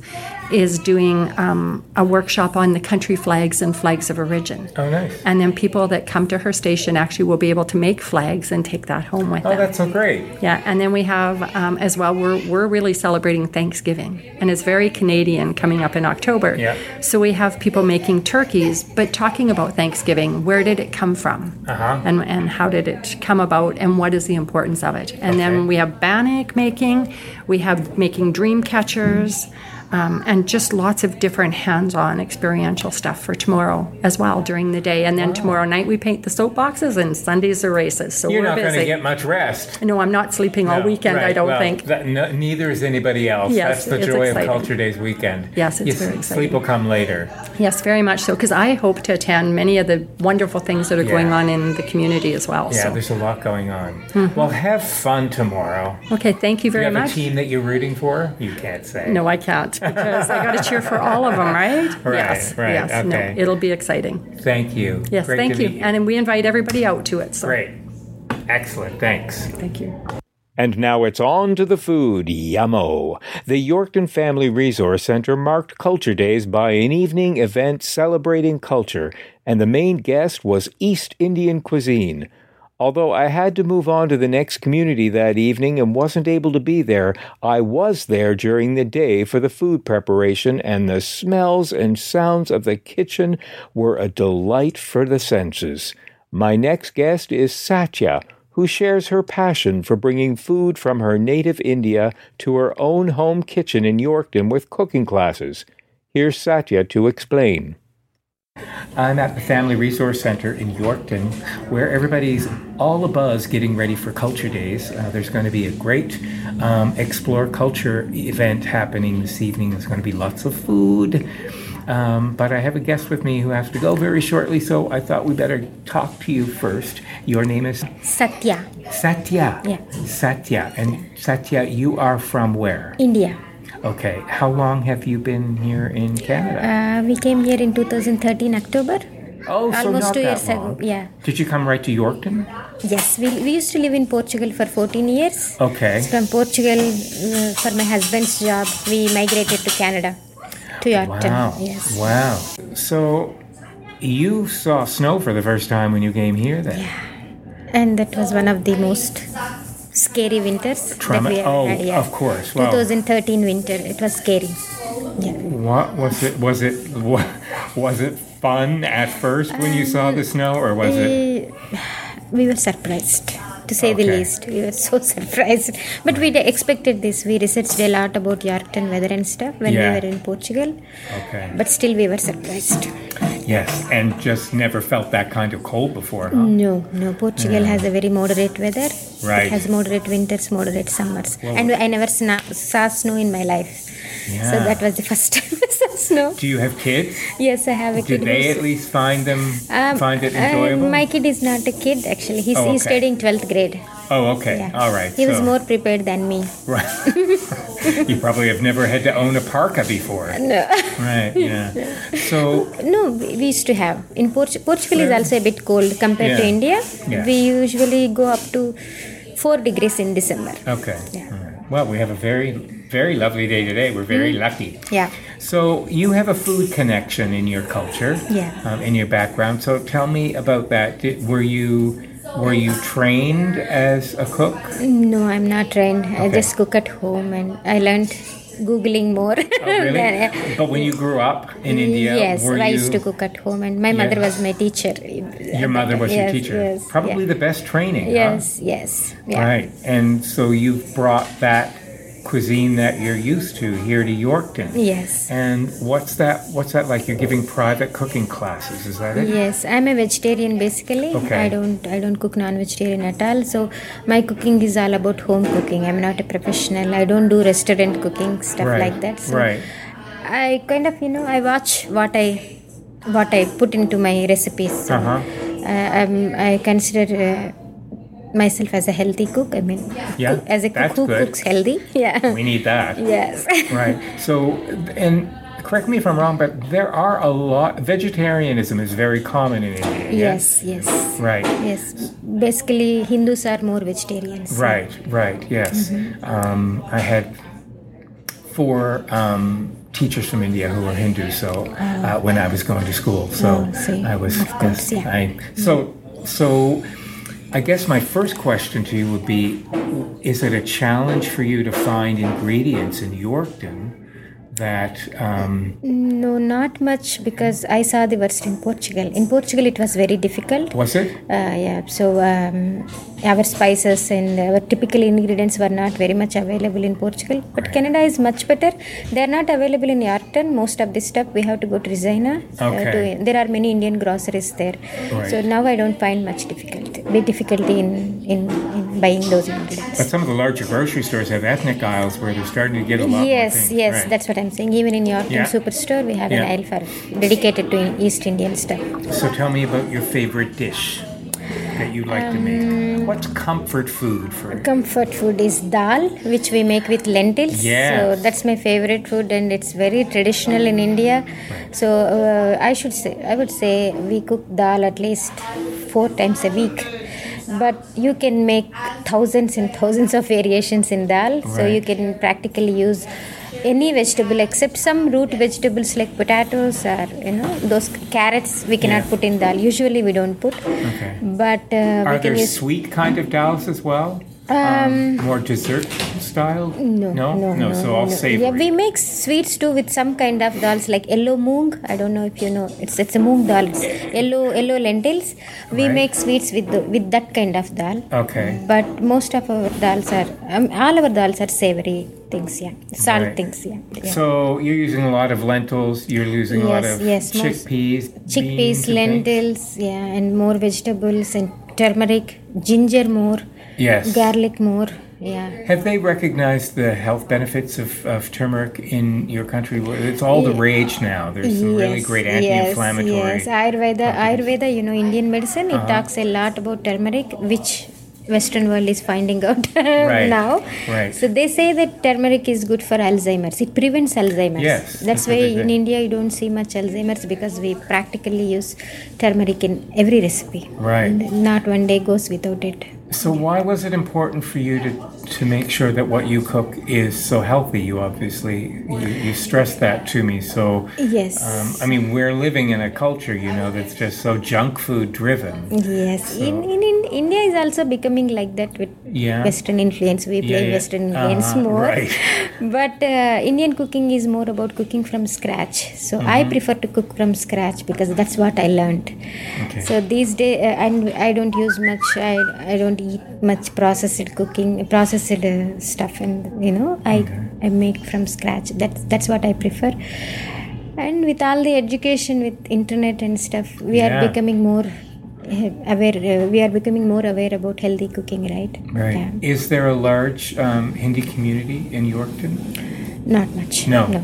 [SPEAKER 5] is doing um, a workshop on the country flags and flags of origin.
[SPEAKER 3] Oh, nice.
[SPEAKER 5] And then people that come to her station actually will be able to make flags and take that home with
[SPEAKER 3] Oh,
[SPEAKER 5] them.
[SPEAKER 3] that's so great.
[SPEAKER 5] Yeah, and then we have um, as well. We're we're really celebrating Thanksgiving, and it's very Canadian coming up in October.
[SPEAKER 3] Yeah.
[SPEAKER 5] So we have people making turkeys, but talking about Thanksgiving. Where did it come from? Uh-huh. And and how did it come about? And what is the importance of it? And
[SPEAKER 3] Okay.
[SPEAKER 5] then we have bannock making. We have making dream catchers. Um, and just lots of different hands-on experiential stuff for tomorrow as well during the day, and then tomorrow night we paint the soapboxes, and Sundays are races. So
[SPEAKER 3] You're
[SPEAKER 5] we're
[SPEAKER 3] not
[SPEAKER 5] busy.
[SPEAKER 3] going to get much rest.
[SPEAKER 5] No, I'm not sleeping all
[SPEAKER 3] No,
[SPEAKER 5] weekend, I
[SPEAKER 3] right,
[SPEAKER 5] don't
[SPEAKER 3] well,
[SPEAKER 5] think.
[SPEAKER 3] that- no- neither is anybody else.
[SPEAKER 5] Yes,
[SPEAKER 3] That's
[SPEAKER 5] it's
[SPEAKER 3] the joy
[SPEAKER 5] exciting.
[SPEAKER 3] of Culture Days weekend.
[SPEAKER 5] Yes, it's
[SPEAKER 3] You
[SPEAKER 5] very
[SPEAKER 3] s- Sleep
[SPEAKER 5] exciting.
[SPEAKER 3] will come later.
[SPEAKER 5] yes, very much so, because I hope to attend many of the wonderful things that are going
[SPEAKER 3] Yeah.
[SPEAKER 5] on in the community as well.
[SPEAKER 3] Yeah,
[SPEAKER 5] so.
[SPEAKER 3] there's a lot going on. Well, have fun tomorrow.
[SPEAKER 5] Okay, thank you
[SPEAKER 3] Do you
[SPEAKER 5] very
[SPEAKER 3] have
[SPEAKER 5] much.
[SPEAKER 3] a team that you're rooting for? You can't say.
[SPEAKER 5] No, I can't, because I got to cheer for all of them, right?
[SPEAKER 3] Right,
[SPEAKER 5] yes,
[SPEAKER 3] right,
[SPEAKER 5] yes,
[SPEAKER 3] okay.
[SPEAKER 5] no, it'll be exciting.
[SPEAKER 3] Thank you.
[SPEAKER 5] Yes,
[SPEAKER 3] Great
[SPEAKER 5] thank
[SPEAKER 3] to
[SPEAKER 5] you.
[SPEAKER 3] meet
[SPEAKER 5] And we invite everybody out to it, so.
[SPEAKER 3] Great. Excellent. Thanks.
[SPEAKER 5] Thank you.
[SPEAKER 1] And now it's on to the food, yummo. The Yorkton Family Resource Center marked Culture Days by an evening event celebrating culture, and the main guest was East Indian cuisine. Although I had to move on to the next community that evening and wasn't able to be there, I was there during the day for the food preparation, and the smells and sounds of the kitchen were a delight for the senses. My next guest is Satya, who shares her passion for bringing food from her native India to her own home kitchen in Yorkton with cooking classes. Here's Satya to explain.
[SPEAKER 3] I'm at the Family Resource Center in Yorkton, where everybody's all abuzz getting ready for Culture Days. Uh, there's going to be a great um, Explore Culture event happening this evening. There's going to be lots of food. Um, but I have a guest with me who has to go very shortly, so I thought we better talk to you first. Your name is
[SPEAKER 6] Satya,
[SPEAKER 3] Satya.
[SPEAKER 6] Yeah.
[SPEAKER 3] Satya. And Satya, you are from where?
[SPEAKER 6] India.
[SPEAKER 3] Okay. How long have you been here in Canada?
[SPEAKER 6] Uh, we came here in 2013 October.
[SPEAKER 3] oh, so
[SPEAKER 6] almost
[SPEAKER 3] not
[SPEAKER 6] two
[SPEAKER 3] that
[SPEAKER 6] years ago,
[SPEAKER 3] long.
[SPEAKER 6] yeah.
[SPEAKER 3] Did you come right to Yorkton?
[SPEAKER 6] Yes, we, we used to live in Portugal for 14 years.
[SPEAKER 3] Okay.
[SPEAKER 6] From Portugal, uh, for my husband's job, we migrated to Canada, to Yorkton.
[SPEAKER 3] Wow.
[SPEAKER 6] Yes.
[SPEAKER 3] Wow. So you saw snow for the first time when you came here then?
[SPEAKER 6] And that was one of the most scary winters
[SPEAKER 3] Trauma-
[SPEAKER 6] that we ever
[SPEAKER 3] oh,
[SPEAKER 6] had. Yeah.
[SPEAKER 3] of course. Wow.
[SPEAKER 6] 2013 winter, it was scary. Yeah.
[SPEAKER 3] What was it was it wa- was it fun at first when you saw
[SPEAKER 6] Um,
[SPEAKER 3] the snow or was it
[SPEAKER 6] Uh, we were surprised to say the
[SPEAKER 3] Okay.
[SPEAKER 6] least we were so surprised but we expected this we researched a lot about yorkton weather and stuff when
[SPEAKER 3] Yeah.
[SPEAKER 6] we were in portugal
[SPEAKER 3] Okay.
[SPEAKER 6] but still we were surprised
[SPEAKER 3] Uh. yes, and just never felt that kind of cold before, huh?
[SPEAKER 6] no no portugal has a very moderate weather
[SPEAKER 3] Right.
[SPEAKER 6] it has moderate winters moderate summers and i never sna- saw snow in my life so
[SPEAKER 3] Yeah.
[SPEAKER 6] that was the first time i saw snow
[SPEAKER 3] Do you have kids?
[SPEAKER 6] yes i have a
[SPEAKER 3] Did
[SPEAKER 6] kid
[SPEAKER 3] they
[SPEAKER 6] who's-
[SPEAKER 3] at least find them
[SPEAKER 6] Um,
[SPEAKER 3] find it
[SPEAKER 6] uh,
[SPEAKER 3] enjoyable?
[SPEAKER 6] my kid is not a kid actually he's,
[SPEAKER 3] Oh,
[SPEAKER 6] he's
[SPEAKER 3] okay.
[SPEAKER 6] studying 12th grade
[SPEAKER 3] oh, okay.
[SPEAKER 6] Yeah.
[SPEAKER 3] All right.
[SPEAKER 6] He was
[SPEAKER 3] so-
[SPEAKER 6] more prepared than me.
[SPEAKER 3] Right. you probably have never had to own a parka before.
[SPEAKER 6] No,
[SPEAKER 3] Right, yeah. So
[SPEAKER 6] no, we we used to have in Portu- Portugal is also a bit cold compared to
[SPEAKER 3] Yeah.
[SPEAKER 6] India.
[SPEAKER 3] Yeah.
[SPEAKER 6] We usually go up to four degrees in December.
[SPEAKER 3] Okay.
[SPEAKER 6] Yeah.
[SPEAKER 3] All right. Well, we have a very, very lovely day today. We're very
[SPEAKER 6] Mm-hmm.
[SPEAKER 3] lucky.
[SPEAKER 6] Yeah.
[SPEAKER 3] So you have a food connection in your culture.
[SPEAKER 6] Yeah.
[SPEAKER 3] Um, in your background. So tell me about that. Did, were you were you trained as a cook?
[SPEAKER 6] No, I'm not trained. I
[SPEAKER 3] Okay.
[SPEAKER 6] just cook at home, and I learned googling more.
[SPEAKER 3] Oh, really?
[SPEAKER 6] than I-
[SPEAKER 3] But when you grew up in India,
[SPEAKER 6] Mm, yes,
[SPEAKER 3] were
[SPEAKER 6] I
[SPEAKER 3] you,
[SPEAKER 6] used to cook at home, and my mother was my teacher.
[SPEAKER 3] Your mother was your
[SPEAKER 6] Yes,
[SPEAKER 3] teacher.
[SPEAKER 6] Yes,
[SPEAKER 3] Probably
[SPEAKER 6] yeah.
[SPEAKER 3] the best training. huh?
[SPEAKER 6] Yes, yes. Yeah.
[SPEAKER 3] Right. And so you've brought that cuisine that you're used to here to Yorkton.
[SPEAKER 6] Yes.
[SPEAKER 3] And what's that? What's that like? You're giving private cooking classes, is that it?
[SPEAKER 6] Yes, I'm a vegetarian basically.
[SPEAKER 3] Okay.
[SPEAKER 6] I don't I don't cook non-vegetarian at all. So my cooking is all about home cooking. I'm not a professional. I don't do restaurant cooking stuff
[SPEAKER 3] Right,
[SPEAKER 6] like that. So
[SPEAKER 3] right.
[SPEAKER 6] I kind of you know I watch what I what I put into my recipes. So,
[SPEAKER 3] Uh-huh.
[SPEAKER 6] uh, I'm, I consider. Uh, myself as a healthy cook i mean
[SPEAKER 3] Yeah,
[SPEAKER 6] cook- as a cook
[SPEAKER 3] that's
[SPEAKER 6] who
[SPEAKER 3] good.
[SPEAKER 6] cooks healthy yeah
[SPEAKER 3] We need that.
[SPEAKER 6] yes
[SPEAKER 3] Right. So and correct me if I'm wrong, but there are a lot. Vegetarianism is very common in India.
[SPEAKER 6] Yes, yes.
[SPEAKER 3] Right.
[SPEAKER 6] Yes. Basically, Hindus are more vegetarians.
[SPEAKER 3] Right. Right. Yes.
[SPEAKER 6] Mm-hmm.
[SPEAKER 3] Um, I had four um, teachers from India who were Hindu. So uh, when I was going to school, so
[SPEAKER 6] Ah. Oh, see.
[SPEAKER 3] I was.
[SPEAKER 6] Of course, yeah.
[SPEAKER 3] I, so so. I guess my first question to you would be Is it a challenge for you to find ingredients in Yorkton that um,
[SPEAKER 6] No, not much because I saw the worst in Portugal. In Portugal, it was very difficult.
[SPEAKER 3] was it?
[SPEAKER 6] Uh, yeah, so um, our spices and our typical ingredients were not very much available in Portugal. But
[SPEAKER 3] Right.
[SPEAKER 6] Canada is much better. They are not available in Yarton. Most of this stuff we have to go to Regina. uh,
[SPEAKER 3] Okay.
[SPEAKER 6] to, there are many Indian groceries there.
[SPEAKER 3] Right.
[SPEAKER 6] So now I don't find much difficulty, big difficulty in, in, in buying those ingredients.
[SPEAKER 3] But some of the larger grocery stores have ethnic aisles where they're starting to get a lot. more
[SPEAKER 6] Yes,
[SPEAKER 3] things,
[SPEAKER 6] yes,
[SPEAKER 3] right.
[SPEAKER 6] that's what I'm saying. Even in Yorkton
[SPEAKER 3] Yeah.
[SPEAKER 6] Superstore, we have
[SPEAKER 3] Yeah.
[SPEAKER 6] an aisle for dedicated to in- East Indian stuff.
[SPEAKER 3] So tell me about your favorite dish that you like to
[SPEAKER 6] Um,
[SPEAKER 3] make. What's comfort food for you?
[SPEAKER 6] Comfort food is dal, which we make with lentils.
[SPEAKER 3] Yes.
[SPEAKER 6] So that's my favorite food, and it's very traditional in India. So uh, I should say, I would say we cook dal at least four times a week. But you can make thousands and thousands of variations in dal. So you
[SPEAKER 3] Right.
[SPEAKER 6] can practically use any vegetable except some root vegetables like potatoes or you know those carrots we cannot
[SPEAKER 3] Yeah.
[SPEAKER 6] put in dal. Usually we don't put.
[SPEAKER 3] Okay.
[SPEAKER 6] But uh, we
[SPEAKER 3] Are
[SPEAKER 6] can
[SPEAKER 3] there
[SPEAKER 6] use
[SPEAKER 3] sweet kind of dals as well? Um, more dessert style?
[SPEAKER 6] No,
[SPEAKER 3] no,
[SPEAKER 6] no, no.
[SPEAKER 3] so all
[SPEAKER 6] no.
[SPEAKER 3] savory.
[SPEAKER 6] Yeah, we make sweets too with some kind of dals like yellow moong. I don't know if you know. It's it's a moong dal. It's yellow yellow lentils. We
[SPEAKER 3] Right.
[SPEAKER 6] make sweets with the, with that kind of dal.
[SPEAKER 3] Okay.
[SPEAKER 6] But most of our dals are um, all our dals are savory things. Yeah, salt
[SPEAKER 3] Right.
[SPEAKER 6] things. Yeah. yeah.
[SPEAKER 3] So you're using a lot of lentils. You're using a lot
[SPEAKER 6] Yes,
[SPEAKER 3] of
[SPEAKER 6] yes, most-
[SPEAKER 3] chickpeas, beans and
[SPEAKER 6] Chickpeas,
[SPEAKER 3] things.
[SPEAKER 6] lentils, yeah, and more vegetables and turmeric, ginger more,
[SPEAKER 3] Yes.
[SPEAKER 6] garlic more, yeah.
[SPEAKER 3] Have they recognized the health benefits of, of turmeric in your country? Well, It's all the rage now. There's some really
[SPEAKER 6] Yes,
[SPEAKER 3] great
[SPEAKER 6] yes,
[SPEAKER 3] anti-inflammatory. Uh-huh.
[SPEAKER 6] Yes, Ayurveda, Ayurveda, you know, Indian medicine, it talks a lot about turmeric, which Western world is finding out now.
[SPEAKER 3] right.
[SPEAKER 6] So they say that turmeric is good for Alzheimer's. It prevents Alzheimer's.
[SPEAKER 3] Yes, that's
[SPEAKER 6] That's
[SPEAKER 3] what
[SPEAKER 6] why
[SPEAKER 3] they
[SPEAKER 6] in
[SPEAKER 3] say.
[SPEAKER 6] India you don't see much Alzheimer's because we practically use turmeric in every recipe.
[SPEAKER 3] Right.
[SPEAKER 6] And not one day goes without it.
[SPEAKER 3] So why was it important for you to to make sure that what you cook is so healthy? You obviously you, you stressed that to me. So
[SPEAKER 6] Yes.
[SPEAKER 3] um, I mean, we're living in a culture, you know, that's just so junk food driven.
[SPEAKER 6] Yes, in, in, in India is also becoming like that with
[SPEAKER 3] Yeah.
[SPEAKER 6] Western influence. We
[SPEAKER 3] Yeah,
[SPEAKER 6] play
[SPEAKER 3] yeah.
[SPEAKER 6] Western influence
[SPEAKER 3] Uh-huh,
[SPEAKER 6] more,
[SPEAKER 3] right.
[SPEAKER 6] but uh, Indian cooking is more about cooking from scratch. So I
[SPEAKER 3] Mm-hmm.
[SPEAKER 6] prefer to cook from scratch because that's what I learned.
[SPEAKER 3] Okay.
[SPEAKER 6] So these days, uh, and I don't use much. I, I don't eat much processed cooking, processed uh, stuff, and you know, I I make from scratch. That's that's what I prefer. And with all the education, with internet and stuff, we
[SPEAKER 3] Yeah.
[SPEAKER 6] are becoming more uh, aware. Uh, we are becoming more aware about healthy cooking, right?
[SPEAKER 3] Right.
[SPEAKER 6] Yeah.
[SPEAKER 3] Is there a large um, Hindi community in Yorkton?
[SPEAKER 6] Not much.
[SPEAKER 3] No.
[SPEAKER 6] No.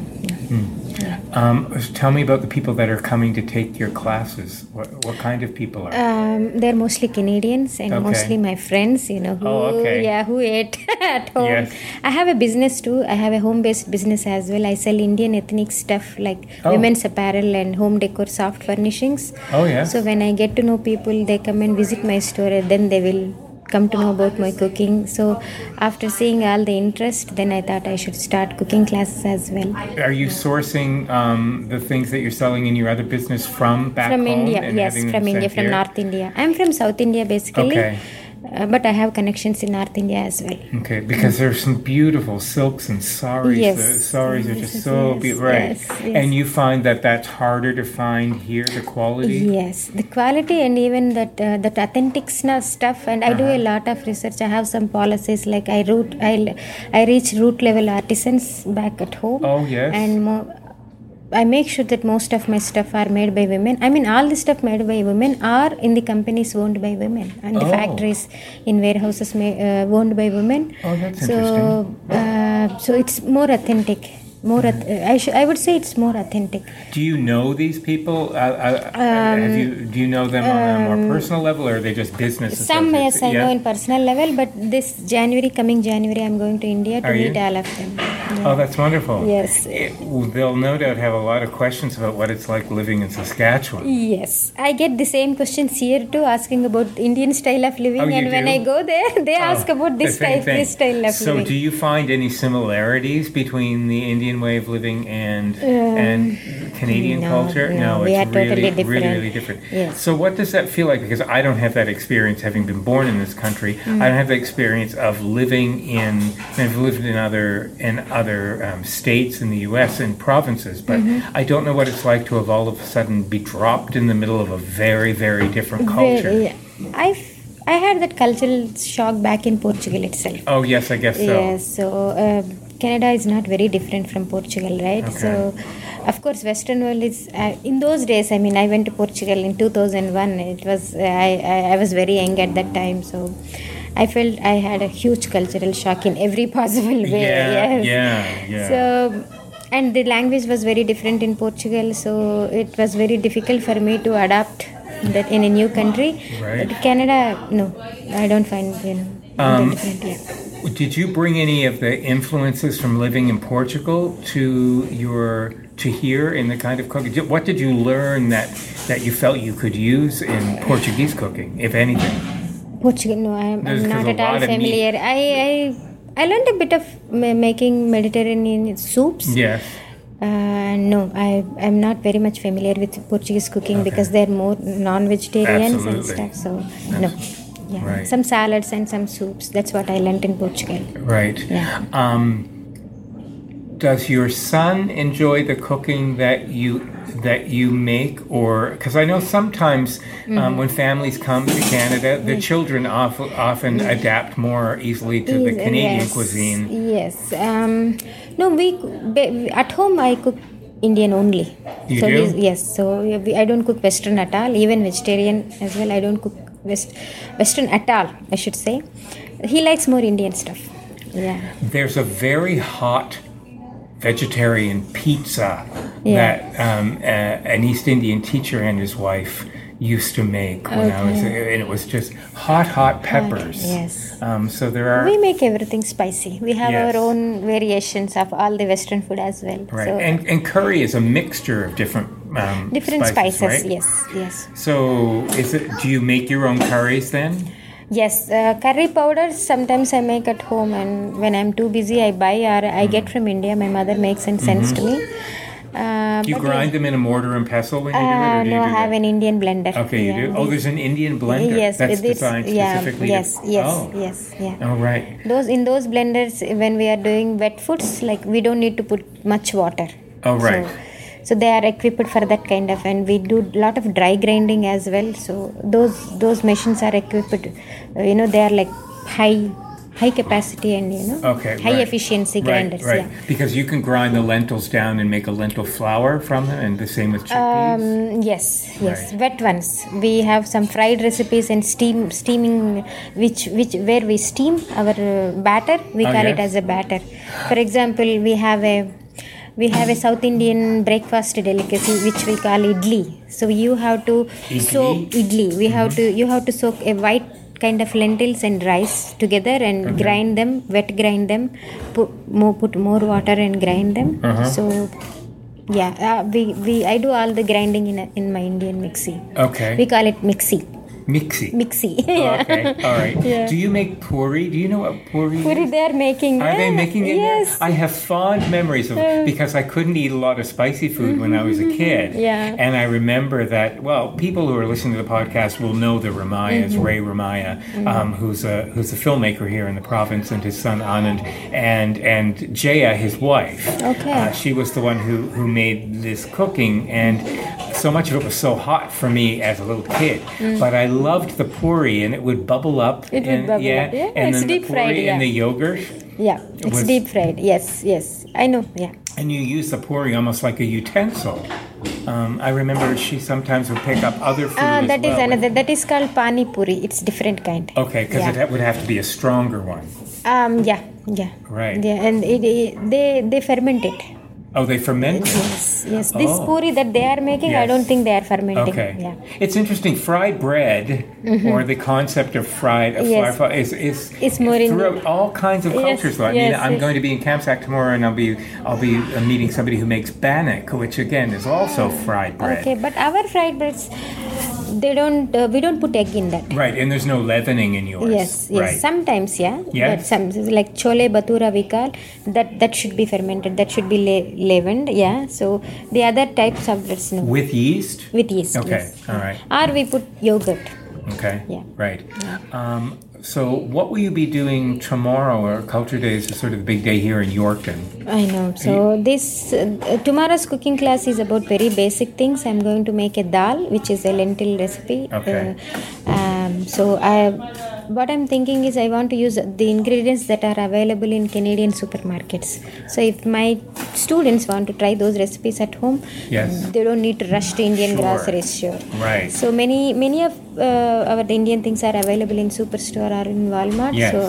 [SPEAKER 3] Um, tell me about the people that are coming to take your classes. What, what kind of people are?
[SPEAKER 6] Um, they're mostly Canadians and
[SPEAKER 3] Okay.
[SPEAKER 6] mostly my friends, you know, who
[SPEAKER 3] Oh, okay.
[SPEAKER 6] yeah, who ate at home.
[SPEAKER 3] Yes.
[SPEAKER 6] I have a business too. I have a home-based business as well. I sell Indian ethnic stuff like
[SPEAKER 3] Oh.
[SPEAKER 6] women's apparel and home decor, soft furnishings.
[SPEAKER 3] Oh, yeah.
[SPEAKER 6] So when I get to know people, they come and visit my store, and then they will come to know about my cooking. So after seeing all the interest, then I thought I should start cooking classes as well.
[SPEAKER 3] Are you sourcing um, the things that you're selling in your other business from back
[SPEAKER 6] from
[SPEAKER 3] home?
[SPEAKER 6] India,
[SPEAKER 3] and
[SPEAKER 6] yes,
[SPEAKER 3] having them
[SPEAKER 6] from India,
[SPEAKER 3] sent
[SPEAKER 6] from
[SPEAKER 3] here?
[SPEAKER 6] North India. I'm from South India basically,
[SPEAKER 3] Okay.
[SPEAKER 6] uh, but I have connections in North India as well.
[SPEAKER 3] Okay, because there's some beautiful silks and saris.
[SPEAKER 6] Yes.
[SPEAKER 3] The saris are just
[SPEAKER 6] Yes,
[SPEAKER 3] so
[SPEAKER 6] yes,
[SPEAKER 3] beautiful, right?
[SPEAKER 6] yes, yes.
[SPEAKER 3] And you find that that's harder to find here, the quality.
[SPEAKER 6] Yes, the quality and even that uh, that authentic sna- stuff. And I do
[SPEAKER 3] Uh-huh.
[SPEAKER 6] a lot of research. I have some policies like I root I l- I reach root level artisans back at home.
[SPEAKER 3] Oh, yes.
[SPEAKER 6] and more. I make sure that most of my stuff are made by women. I mean, all the stuff made by women are in the companies owned by women, and the
[SPEAKER 3] Oh.
[SPEAKER 6] factories in warehouses ma- uh, owned by women.
[SPEAKER 3] Oh, that's
[SPEAKER 6] so,
[SPEAKER 3] interesting.
[SPEAKER 6] Uh, so it's more authentic. More, ath- I sh- I would say it's more authentic.
[SPEAKER 3] Do you know these people? Uh, uh, have you, do you know them on a more personal level, or are they just business
[SPEAKER 6] Um, Some
[SPEAKER 3] associates?
[SPEAKER 6] yes, I
[SPEAKER 3] Yeah?
[SPEAKER 6] know in personal level, but this January, coming January, I'm going to India to
[SPEAKER 3] Are
[SPEAKER 6] meet
[SPEAKER 3] you?
[SPEAKER 6] all of them.
[SPEAKER 3] Oh, that's wonderful.
[SPEAKER 6] Yes.
[SPEAKER 3] It- they'll no doubt have a lot of questions about what it's like living in Saskatchewan.
[SPEAKER 6] Yes, I get the same questions here too, asking about Indian style of living,
[SPEAKER 3] Oh, you
[SPEAKER 6] and when
[SPEAKER 3] do?
[SPEAKER 6] I go there, they ask
[SPEAKER 3] Oh,
[SPEAKER 6] about
[SPEAKER 3] the
[SPEAKER 6] this
[SPEAKER 3] same
[SPEAKER 6] type,
[SPEAKER 3] thing.
[SPEAKER 6] this style of
[SPEAKER 3] So,
[SPEAKER 6] living.
[SPEAKER 3] do you find any similarities between the Indian way of living and and Canadian
[SPEAKER 6] Uh, no,
[SPEAKER 3] culture?
[SPEAKER 6] no,
[SPEAKER 3] no,
[SPEAKER 6] we
[SPEAKER 3] it's
[SPEAKER 6] are totally
[SPEAKER 3] really, really,
[SPEAKER 6] different.
[SPEAKER 3] really different.
[SPEAKER 6] Yes.
[SPEAKER 3] So, what does that feel like? Because I don't have that experience, having been born in this country.
[SPEAKER 6] Mm.
[SPEAKER 3] I don't have the experience of living in. and I've lived in other in other um, states in the U.S. and provinces, but
[SPEAKER 6] Mm-hmm.
[SPEAKER 3] I don't know what it's like to have all of a sudden be dropped in the middle of a very, very different culture.
[SPEAKER 6] Very- I f- I had that cultural shock back in Portugal itself.
[SPEAKER 3] Oh, yes, I guess so.
[SPEAKER 6] Yes, so uh, Canada is not very different from Portugal, right?
[SPEAKER 3] Okay.
[SPEAKER 6] So, of course, Western world is. Uh, in those days, I mean, I went to Portugal in 2001. It was uh, I, I, I was very young at that time, so I felt I had a huge cultural shock in every possible way.
[SPEAKER 3] Yeah,
[SPEAKER 6] yes.
[SPEAKER 3] yeah, yeah.
[SPEAKER 6] So, and the language was very different in Portugal, so it was very difficult for me to adapt that in a new country.
[SPEAKER 3] Right.
[SPEAKER 6] But Canada, no, I don't find you know.
[SPEAKER 3] Um,
[SPEAKER 6] the different, yeah.
[SPEAKER 3] Did you bring any of the influences from living in Portugal to your to here in the kind of cooking? What did you learn that that you felt you could use in Portuguese cooking, if anything?
[SPEAKER 6] Portugal, no, I'm,
[SPEAKER 3] There's-
[SPEAKER 6] I'm not
[SPEAKER 3] there's
[SPEAKER 6] at
[SPEAKER 3] a
[SPEAKER 6] all
[SPEAKER 3] lot of meat.
[SPEAKER 6] familiar. I, I I learned a bit of ma- making Mediterranean soups.
[SPEAKER 3] Yes.
[SPEAKER 6] Uh, no, I I'm not very much familiar with Portuguese cooking because they're more non-vegetarians and
[SPEAKER 3] Absolutely.
[SPEAKER 6] stuff. So no, yeah,
[SPEAKER 3] right.
[SPEAKER 6] some salads and some soups. That's what I learned in Portugal.
[SPEAKER 3] Right.
[SPEAKER 6] Yeah.
[SPEAKER 3] Um, does your son enjoy the cooking that you that you make, or because I know sometimes
[SPEAKER 6] Mm-hmm.
[SPEAKER 3] um, when families come to Canada, the
[SPEAKER 6] Mm.
[SPEAKER 3] children of, often adapt more easily to the
[SPEAKER 6] Is-
[SPEAKER 3] Canadian
[SPEAKER 6] Mm. yes,
[SPEAKER 3] cuisine.
[SPEAKER 6] Yes. Um, no, we ba- at home I cook Indian only.
[SPEAKER 3] You
[SPEAKER 6] so
[SPEAKER 3] do?
[SPEAKER 6] We, yes. So we, I don't cook Western at all. Even vegetarian as well. I don't cook West Western at all. I should say. He likes more Indian stuff. Yeah.
[SPEAKER 3] There's a very hot vegetarian pizza
[SPEAKER 6] Yeah.
[SPEAKER 3] that um, a, an East Indian teacher and his wife used to make when I was, and it was just hot, hot peppers.
[SPEAKER 6] yes.
[SPEAKER 3] Um, so there are
[SPEAKER 6] We make everything spicy. We have
[SPEAKER 3] Yes.
[SPEAKER 6] our own variations of all the Western food as well.
[SPEAKER 3] Right,
[SPEAKER 6] So
[SPEAKER 3] and, and curry is a mixture of different um,
[SPEAKER 6] different spices.
[SPEAKER 3] right?
[SPEAKER 6] Yes. Yes.
[SPEAKER 3] So, is it? Do you make your own curries then?
[SPEAKER 6] Yes, uh, curry powder sometimes I make at home, and when I'm too busy, I buy or I get
[SPEAKER 3] Mm-hmm.
[SPEAKER 6] from India. My mother makes and sends to me. Uh,
[SPEAKER 3] Do you
[SPEAKER 6] but
[SPEAKER 3] grind them in a mortar and pestle when you do it,
[SPEAKER 6] yeah,
[SPEAKER 3] or
[SPEAKER 6] uh,
[SPEAKER 3] do you
[SPEAKER 6] no, I
[SPEAKER 3] do
[SPEAKER 6] have
[SPEAKER 3] that?
[SPEAKER 6] an Indian blender.
[SPEAKER 3] Okay, you
[SPEAKER 6] Yeah,
[SPEAKER 3] do. Oh,
[SPEAKER 6] this-
[SPEAKER 3] there's an Indian blender
[SPEAKER 6] yes,
[SPEAKER 3] that's
[SPEAKER 6] with its-
[SPEAKER 3] designed
[SPEAKER 6] yeah,
[SPEAKER 3] specifically.
[SPEAKER 6] yes,
[SPEAKER 3] to,
[SPEAKER 6] yes,
[SPEAKER 3] Oh.
[SPEAKER 6] yes, yeah.
[SPEAKER 3] All right.
[SPEAKER 6] Those in those blenders, when we are doing wet foods, like we don't need to put much water.
[SPEAKER 3] Oh, right.
[SPEAKER 6] So, so they are equipped for that kind of, and we do lot of dry grinding as well. So those those machines are equipped. uh, you know, they are like high high capacity and you know
[SPEAKER 3] Okay.
[SPEAKER 6] high
[SPEAKER 3] right.
[SPEAKER 6] efficiency
[SPEAKER 3] Right,
[SPEAKER 6] grinders.
[SPEAKER 3] Right.
[SPEAKER 6] Yeah.
[SPEAKER 3] Because you can grind the lentils down and make a lentil flour from them, and the same with chickpeas.
[SPEAKER 6] Mm, yes, yes,
[SPEAKER 3] Right.
[SPEAKER 6] wet ones. We have some fried recipes and steam steaming, which which where we steam our uh, batter. We
[SPEAKER 3] Oh,
[SPEAKER 6] call it
[SPEAKER 3] yes.
[SPEAKER 6] as a batter. For example, we have a we have a South Indian breakfast delicacy which we call idli. So you have to soak idli. We have
[SPEAKER 3] Mm-hmm.
[SPEAKER 6] to you have to soak a white kind of lentils and rice together and grind them, wet grind them, put more put more water and grind them.
[SPEAKER 3] Uh-huh.
[SPEAKER 6] So yeah, uh, we, we I do all the grinding in a, in my Indian mixie.
[SPEAKER 3] okay.
[SPEAKER 6] We call it mixie.
[SPEAKER 3] Mixy.
[SPEAKER 6] Mixie. yeah.
[SPEAKER 3] Okay. All right. Do you make puri? Do you know what puri? is?
[SPEAKER 6] Puri they are making.
[SPEAKER 3] Are they
[SPEAKER 6] yeah,
[SPEAKER 3] making it? Ah. there?
[SPEAKER 6] Yes.
[SPEAKER 3] I have fond memories of because I couldn't eat a lot of spicy food when I was a kid.
[SPEAKER 6] Mm-hmm. Yeah.
[SPEAKER 3] And I remember that. Well, people who are listening to the podcast will know the Ramayas,
[SPEAKER 6] Mm-hmm.
[SPEAKER 3] Ray Ramaya, um, who's a who's a filmmaker here in the province, and his son Anand, and and Jaya, his wife.
[SPEAKER 6] Okay.
[SPEAKER 3] Uh, she was the one who who made this cooking and. So much of it was so hot for me as a little kid, but I loved the puri, and it would bubble up.
[SPEAKER 6] Mm. It would
[SPEAKER 3] and,
[SPEAKER 6] bubble
[SPEAKER 3] yeah,
[SPEAKER 6] up, yeah.
[SPEAKER 3] and
[SPEAKER 6] It's
[SPEAKER 3] then the
[SPEAKER 6] deep fried,
[SPEAKER 3] puri and
[SPEAKER 6] yeah.
[SPEAKER 3] the yogurt.
[SPEAKER 6] yeah, it's
[SPEAKER 3] was-
[SPEAKER 6] deep fried. Yes, yes. I know. Yeah.
[SPEAKER 3] And you use the pouring almost like a utensil. Um, I remember she sometimes would pick up other food.
[SPEAKER 6] Ah,
[SPEAKER 3] as
[SPEAKER 6] that is
[SPEAKER 3] well.
[SPEAKER 6] another. That is called pani puri. It's different kind.
[SPEAKER 3] Okay, because
[SPEAKER 6] Yeah.
[SPEAKER 3] it would have to be a stronger one.
[SPEAKER 6] Um. Yeah. Yeah.
[SPEAKER 3] Right.
[SPEAKER 6] Yeah, and it, it- they they ferment it.
[SPEAKER 3] Oh, they ferment.
[SPEAKER 6] Yes, yes. This
[SPEAKER 3] Oh.
[SPEAKER 6] puri that they are making, I
[SPEAKER 3] Yes.
[SPEAKER 6] don't think they are fermenting.
[SPEAKER 3] Okay.
[SPEAKER 6] Yeah. Mm-hmm.
[SPEAKER 3] It's interesting. Fried bread, or the concept of fried, of
[SPEAKER 6] Yes.
[SPEAKER 3] fry, is, is,
[SPEAKER 6] It's more in-
[SPEAKER 3] throughout all kinds of
[SPEAKER 6] Yes,
[SPEAKER 3] cultures. though. I mean,
[SPEAKER 6] yes,
[SPEAKER 3] I'm
[SPEAKER 6] yes.
[SPEAKER 3] going to be in Kamsack tomorrow, and I'll be I'll be uh, meeting somebody who makes bannock, which again is also fried bread.
[SPEAKER 6] Okay, but our fried breads, they don't. Uh, we don't put egg in that.
[SPEAKER 3] Right, and there's no leavening in yours.
[SPEAKER 6] Yes, yes.
[SPEAKER 3] Right.
[SPEAKER 6] Sometimes, yeah.
[SPEAKER 3] Yeah.
[SPEAKER 6] But some like chole batura we call that. That should be fermented. That should be la- leavened. Yeah. So the other types of breads, no,
[SPEAKER 3] With yeast.
[SPEAKER 6] with yeast.
[SPEAKER 3] Okay,
[SPEAKER 6] yes.
[SPEAKER 3] all right.
[SPEAKER 6] Or we put yogurt.
[SPEAKER 3] Okay.
[SPEAKER 6] Yeah.
[SPEAKER 3] Right. Um, so, what will you be doing tomorrow? Or Culture Days is sort of the big day here in Yorkton.
[SPEAKER 6] I know. So this uh, tomorrow's cooking class is about very basic things. I'm going to make a dal, which is a lentil recipe.
[SPEAKER 3] Okay.
[SPEAKER 6] Uh, um, so I, what I'm thinking is I want to use the ingredients that are available in Canadian supermarkets. So if my students want to try those recipes at home,
[SPEAKER 3] Yes.
[SPEAKER 6] they don't need to rush to Indian
[SPEAKER 3] Sure.
[SPEAKER 6] groceries. Sure.
[SPEAKER 3] Right.
[SPEAKER 6] So many many of uh, our Indian things are available in superstore or in Walmart.
[SPEAKER 3] Yes.
[SPEAKER 6] So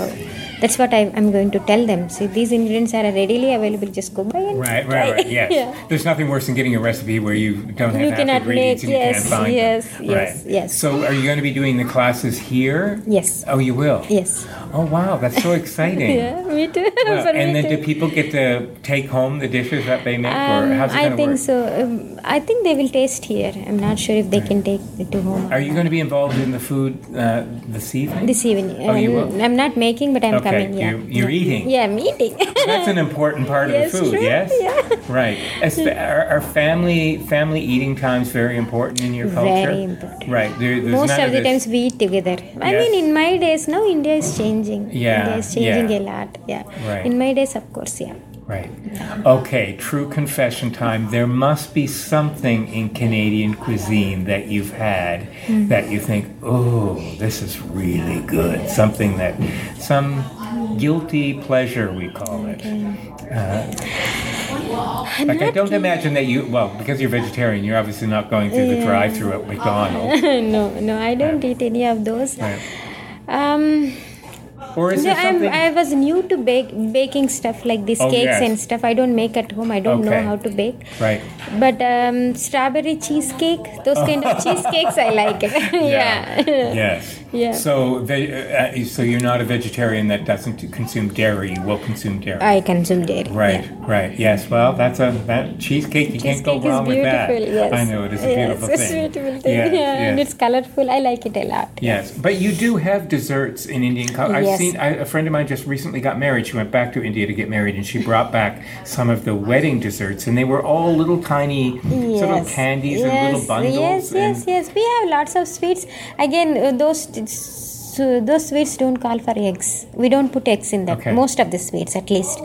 [SPEAKER 6] that's what I, I'm going to tell them. See, these ingredients are readily available. Just go buy and
[SPEAKER 3] Right, right, right. Yes.
[SPEAKER 6] Yeah.
[SPEAKER 3] There's nothing worse than getting a recipe where you don't have
[SPEAKER 6] You
[SPEAKER 3] half
[SPEAKER 6] cannot
[SPEAKER 3] ingredients
[SPEAKER 6] make-
[SPEAKER 3] and you
[SPEAKER 6] yes,
[SPEAKER 3] can't find
[SPEAKER 6] yes,
[SPEAKER 3] them.
[SPEAKER 6] yes,
[SPEAKER 3] right.
[SPEAKER 6] yes.
[SPEAKER 3] So, are you going to be doing the classes here?
[SPEAKER 6] Yes.
[SPEAKER 3] Oh, you will.
[SPEAKER 6] Yes.
[SPEAKER 3] Oh, wow, that's so exciting.
[SPEAKER 6] Yeah, me too.
[SPEAKER 3] Wow,
[SPEAKER 6] For
[SPEAKER 3] and
[SPEAKER 6] me
[SPEAKER 3] then
[SPEAKER 6] too.
[SPEAKER 3] do people get to take home the dishes that they make,
[SPEAKER 6] Um,
[SPEAKER 3] or how's it
[SPEAKER 6] I
[SPEAKER 3] going to
[SPEAKER 6] think
[SPEAKER 3] work?
[SPEAKER 6] so. Um, I think they will taste here. I'm not sure if they can take it to home.
[SPEAKER 3] Are you going to be involved in the food uh, this evening?
[SPEAKER 6] this evening?
[SPEAKER 3] Oh, you
[SPEAKER 6] I'm,
[SPEAKER 3] will.
[SPEAKER 6] I'm not making, but I'm
[SPEAKER 3] Okay,
[SPEAKER 6] coming. Yeah.
[SPEAKER 3] you- you're
[SPEAKER 6] yeah.
[SPEAKER 3] eating.
[SPEAKER 6] Yeah, I'm eating.
[SPEAKER 3] That's an important part of
[SPEAKER 6] Yes,
[SPEAKER 3] the food,
[SPEAKER 6] true,
[SPEAKER 3] yes?
[SPEAKER 6] yeah.
[SPEAKER 3] Right. As, are, are family family eating times very important in your
[SPEAKER 6] Very
[SPEAKER 3] culture?
[SPEAKER 6] important.
[SPEAKER 3] Right. There, there's
[SPEAKER 6] Most
[SPEAKER 3] none
[SPEAKER 6] of the
[SPEAKER 3] this-
[SPEAKER 6] times we eat together. I
[SPEAKER 3] Yes.
[SPEAKER 6] mean, in my days now, India is changing.
[SPEAKER 3] Yeah,
[SPEAKER 6] India is changing
[SPEAKER 3] yeah.
[SPEAKER 6] a lot. Yeah.
[SPEAKER 3] Right.
[SPEAKER 6] In my days, of course, yeah.
[SPEAKER 3] Right. Okay, true confession time. There must be something in Canadian cuisine that you've had
[SPEAKER 6] Mm-hmm.
[SPEAKER 3] that you think, oh, this is really good. Something that, some guilty pleasure, we call it. Uh, like, I don't imagine that you, well, because you're vegetarian, you're obviously not going through the drive through at McDonald's.
[SPEAKER 6] no, no, I don't eat any of those.
[SPEAKER 3] Right.
[SPEAKER 6] Um,
[SPEAKER 3] Or is
[SPEAKER 6] no,
[SPEAKER 3] there
[SPEAKER 6] I'm,
[SPEAKER 3] something?
[SPEAKER 6] I was new to bake, baking stuff like these
[SPEAKER 3] Oh,
[SPEAKER 6] cakes
[SPEAKER 3] yes.
[SPEAKER 6] and stuff. I don't make at home. I don't know
[SPEAKER 3] Okay.
[SPEAKER 6] how to bake.
[SPEAKER 3] Right.
[SPEAKER 6] But um, strawberry cheesecake, those kind of cheesecakes, I like it. yeah.
[SPEAKER 3] yes.
[SPEAKER 6] Yeah.
[SPEAKER 3] So, ve- uh, uh, so you're not a vegetarian that doesn't consume dairy. You will consume dairy.
[SPEAKER 6] I consume dairy.
[SPEAKER 3] Right,
[SPEAKER 6] yeah.
[SPEAKER 3] right. Yes. Well, that's a that cheesecake. You can't go
[SPEAKER 6] Cheesecake is
[SPEAKER 3] wrong with that.
[SPEAKER 6] beautiful. Yes.
[SPEAKER 3] I know it is a
[SPEAKER 6] Yes,
[SPEAKER 3] beautiful
[SPEAKER 6] it's
[SPEAKER 3] thing.
[SPEAKER 6] beautiful thing.
[SPEAKER 3] Yes,
[SPEAKER 6] yeah, and
[SPEAKER 3] yes.
[SPEAKER 6] it's colorful. I like it a lot.
[SPEAKER 3] Yes, but you do have desserts in Indian culture. I've
[SPEAKER 6] Yes.
[SPEAKER 3] seen I, a friend of mine just recently got married. She went back to India to get married, and she brought back some of the wedding desserts, and they were all little tiny sort of candies and little bundles.
[SPEAKER 6] Yes,
[SPEAKER 3] and-
[SPEAKER 6] yes, yes. We have lots of sweets. Again, uh, those t- so those sweets don't call for eggs. We don't put eggs in that.
[SPEAKER 3] Okay.
[SPEAKER 6] Most of the sweets, at least.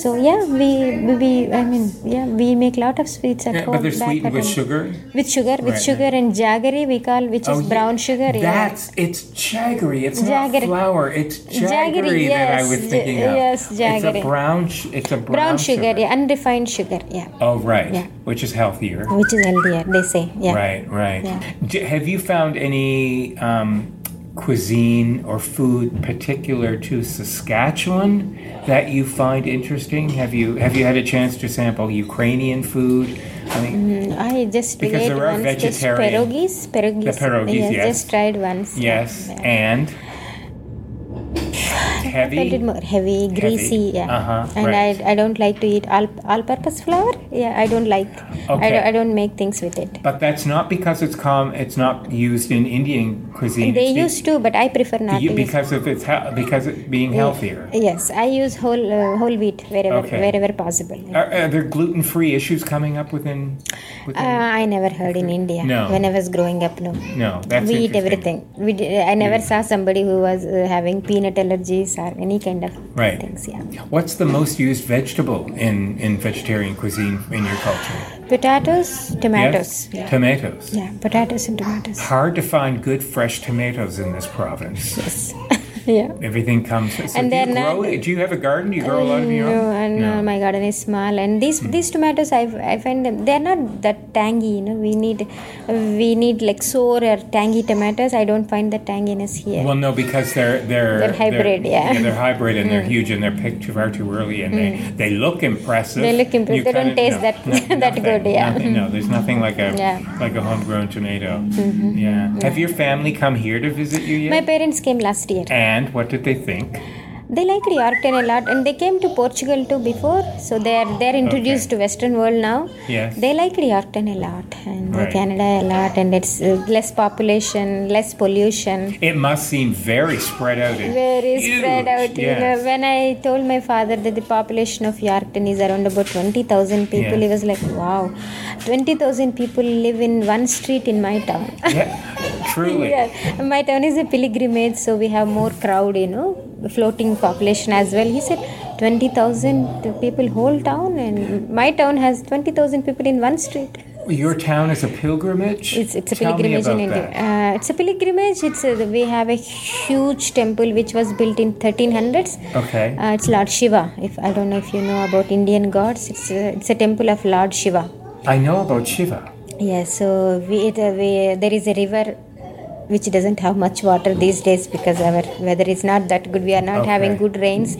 [SPEAKER 6] So yeah, we we, we I mean yeah, we make lot of sweets at
[SPEAKER 3] Yeah,
[SPEAKER 6] home.
[SPEAKER 3] but they're
[SPEAKER 6] back
[SPEAKER 3] sweetened
[SPEAKER 6] at
[SPEAKER 3] with
[SPEAKER 6] home.
[SPEAKER 3] sugar.
[SPEAKER 6] With sugar, with
[SPEAKER 3] Right,
[SPEAKER 6] sugar and jaggery, we call which is
[SPEAKER 3] Oh, yeah.
[SPEAKER 6] brown sugar. yeah.
[SPEAKER 3] That's it's jaggery. It's not
[SPEAKER 6] Jaggery.
[SPEAKER 3] flour. It's jaggery,
[SPEAKER 6] Jaggery,
[SPEAKER 3] that I
[SPEAKER 6] yes,
[SPEAKER 3] was
[SPEAKER 6] ja-
[SPEAKER 3] thinking of.
[SPEAKER 6] yes,
[SPEAKER 3] It's a
[SPEAKER 6] jaggery.
[SPEAKER 3] brown. sh- It's a brown,
[SPEAKER 6] brown sugar, yeah, unrefined sugar, yeah,
[SPEAKER 3] Oh, right.
[SPEAKER 6] Yeah.
[SPEAKER 3] Which is healthier.
[SPEAKER 6] which is healthier. They say, yeah.
[SPEAKER 3] Right, right.
[SPEAKER 6] Yeah.
[SPEAKER 3] D- have you found any um, cuisine or food particular to Saskatchewan that you find interesting? Have you have you had a chance to sample Ukrainian food? I
[SPEAKER 6] Mm-hmm.
[SPEAKER 3] mean,
[SPEAKER 6] I just
[SPEAKER 3] Because
[SPEAKER 6] tried
[SPEAKER 3] there are
[SPEAKER 6] once just
[SPEAKER 3] vegetarian-
[SPEAKER 6] pierogies, pierogies.
[SPEAKER 3] pierogies, yes.
[SPEAKER 6] just tried once. yeah,
[SPEAKER 3] yes,
[SPEAKER 6] yeah.
[SPEAKER 3] and
[SPEAKER 6] felt it
[SPEAKER 3] heavy.
[SPEAKER 6] more heavy, greasy, yeah.
[SPEAKER 3] Uh-huh,
[SPEAKER 6] And
[SPEAKER 3] right.
[SPEAKER 6] I, I don't like to eat all all purpose flour. Yeah, I don't like. I,
[SPEAKER 3] Okay.
[SPEAKER 6] don't, I don't make things with it.
[SPEAKER 3] But that's not because it's com. It's not used in Indian cuisine.
[SPEAKER 6] They
[SPEAKER 3] It's be-
[SPEAKER 6] used to, but I prefer not
[SPEAKER 3] you-
[SPEAKER 6] to. use.
[SPEAKER 3] because of its hea- because it being healthier.
[SPEAKER 6] Yes, I use whole uh, whole wheat wherever
[SPEAKER 3] Okay.
[SPEAKER 6] wherever possible.
[SPEAKER 3] Are, are there gluten free issues coming up within? within
[SPEAKER 6] Uh, I never heard in India
[SPEAKER 3] No.
[SPEAKER 6] when I was growing up. No,
[SPEAKER 3] no, that's
[SPEAKER 6] we eat
[SPEAKER 3] interesting. Hmm.
[SPEAKER 6] everything. We d I I never saw somebody who was uh, having peanut allergies or any kind of
[SPEAKER 3] Right.
[SPEAKER 6] things. Yeah,
[SPEAKER 3] What's the most used vegetable in, in vegetarian cuisine in your culture?
[SPEAKER 6] potatoes, tomatoes.
[SPEAKER 3] Yes? Tomatoes.
[SPEAKER 6] Yeah, potatoes and tomatoes.
[SPEAKER 3] Hard to find good fresh tomatoes in this province.
[SPEAKER 6] Yes. Yeah.
[SPEAKER 3] Everything comes. So
[SPEAKER 6] And
[SPEAKER 3] do you
[SPEAKER 6] they're not-
[SPEAKER 3] grow it? Do you have a garden? Do you grow a lot of your
[SPEAKER 6] No,
[SPEAKER 3] own?
[SPEAKER 6] and uh, my garden is small, and these these tomatoes I I find them they're not that tangy. You know, we need we need like sour or tangy tomatoes. I don't find the tanginess here.
[SPEAKER 3] Well, no, because they're they're
[SPEAKER 6] They're hybrid, yeah. Hmm.
[SPEAKER 3] they're hybrid and they're huge and they're picked too far too early and they, they look impressive.
[SPEAKER 6] They look impressive.
[SPEAKER 3] You
[SPEAKER 6] They don't
[SPEAKER 3] kinda-
[SPEAKER 6] taste that- that
[SPEAKER 3] nothing,
[SPEAKER 6] good, yeah. Hmm.
[SPEAKER 3] nothing, no, there's nothing like a
[SPEAKER 6] Yeah. Mm-hmm.
[SPEAKER 3] like a homegrown tomato. Yeah. Have your family come here to visit you yet?
[SPEAKER 6] my parents came last year.
[SPEAKER 3] and what did they think?
[SPEAKER 6] They liked Yorktown a lot, and they came to Portugal too before. So they're they're introduced to Western world now.
[SPEAKER 3] Yes.
[SPEAKER 6] They liked Yorktown a lot, and
[SPEAKER 3] Right.
[SPEAKER 6] Canada a lot, and it's uh, less population, less pollution.
[SPEAKER 3] It must seem very spread out. and
[SPEAKER 6] Very
[SPEAKER 3] huge.
[SPEAKER 6] spread out. You know,
[SPEAKER 3] Yes.
[SPEAKER 6] when I told my father that the population of Yorkton is around about 20,000 people,
[SPEAKER 3] Yeah.
[SPEAKER 6] he was like, wow, 20,00 people live in one street in my town.
[SPEAKER 3] Yeah, truly.
[SPEAKER 6] yeah. My town is a pilgrimage, so we have more crowd, you know, floating population as well. He said, 20,000 people, whole town, and my town has 20,000 people in one street.
[SPEAKER 3] Your town is a pilgrimage.
[SPEAKER 6] It's, it's a
[SPEAKER 3] Tell me
[SPEAKER 6] pilgrimage in
[SPEAKER 3] about
[SPEAKER 6] India.
[SPEAKER 3] that.
[SPEAKER 6] Uh, it's a pilgrimage. It's a, we have a huge temple which was built in 1300s.
[SPEAKER 3] Okay.
[SPEAKER 6] Uh, it's Lord Shiva. If I don't know if you know about Indian gods, it's a, it's a temple of Lord Shiva.
[SPEAKER 3] I know about Shiva.
[SPEAKER 6] Yeah. So we, it, uh, we there is a river uh, which doesn't have much water these days because our weather is not that good. We are not
[SPEAKER 3] Okay. Uh-huh.
[SPEAKER 6] having good rains.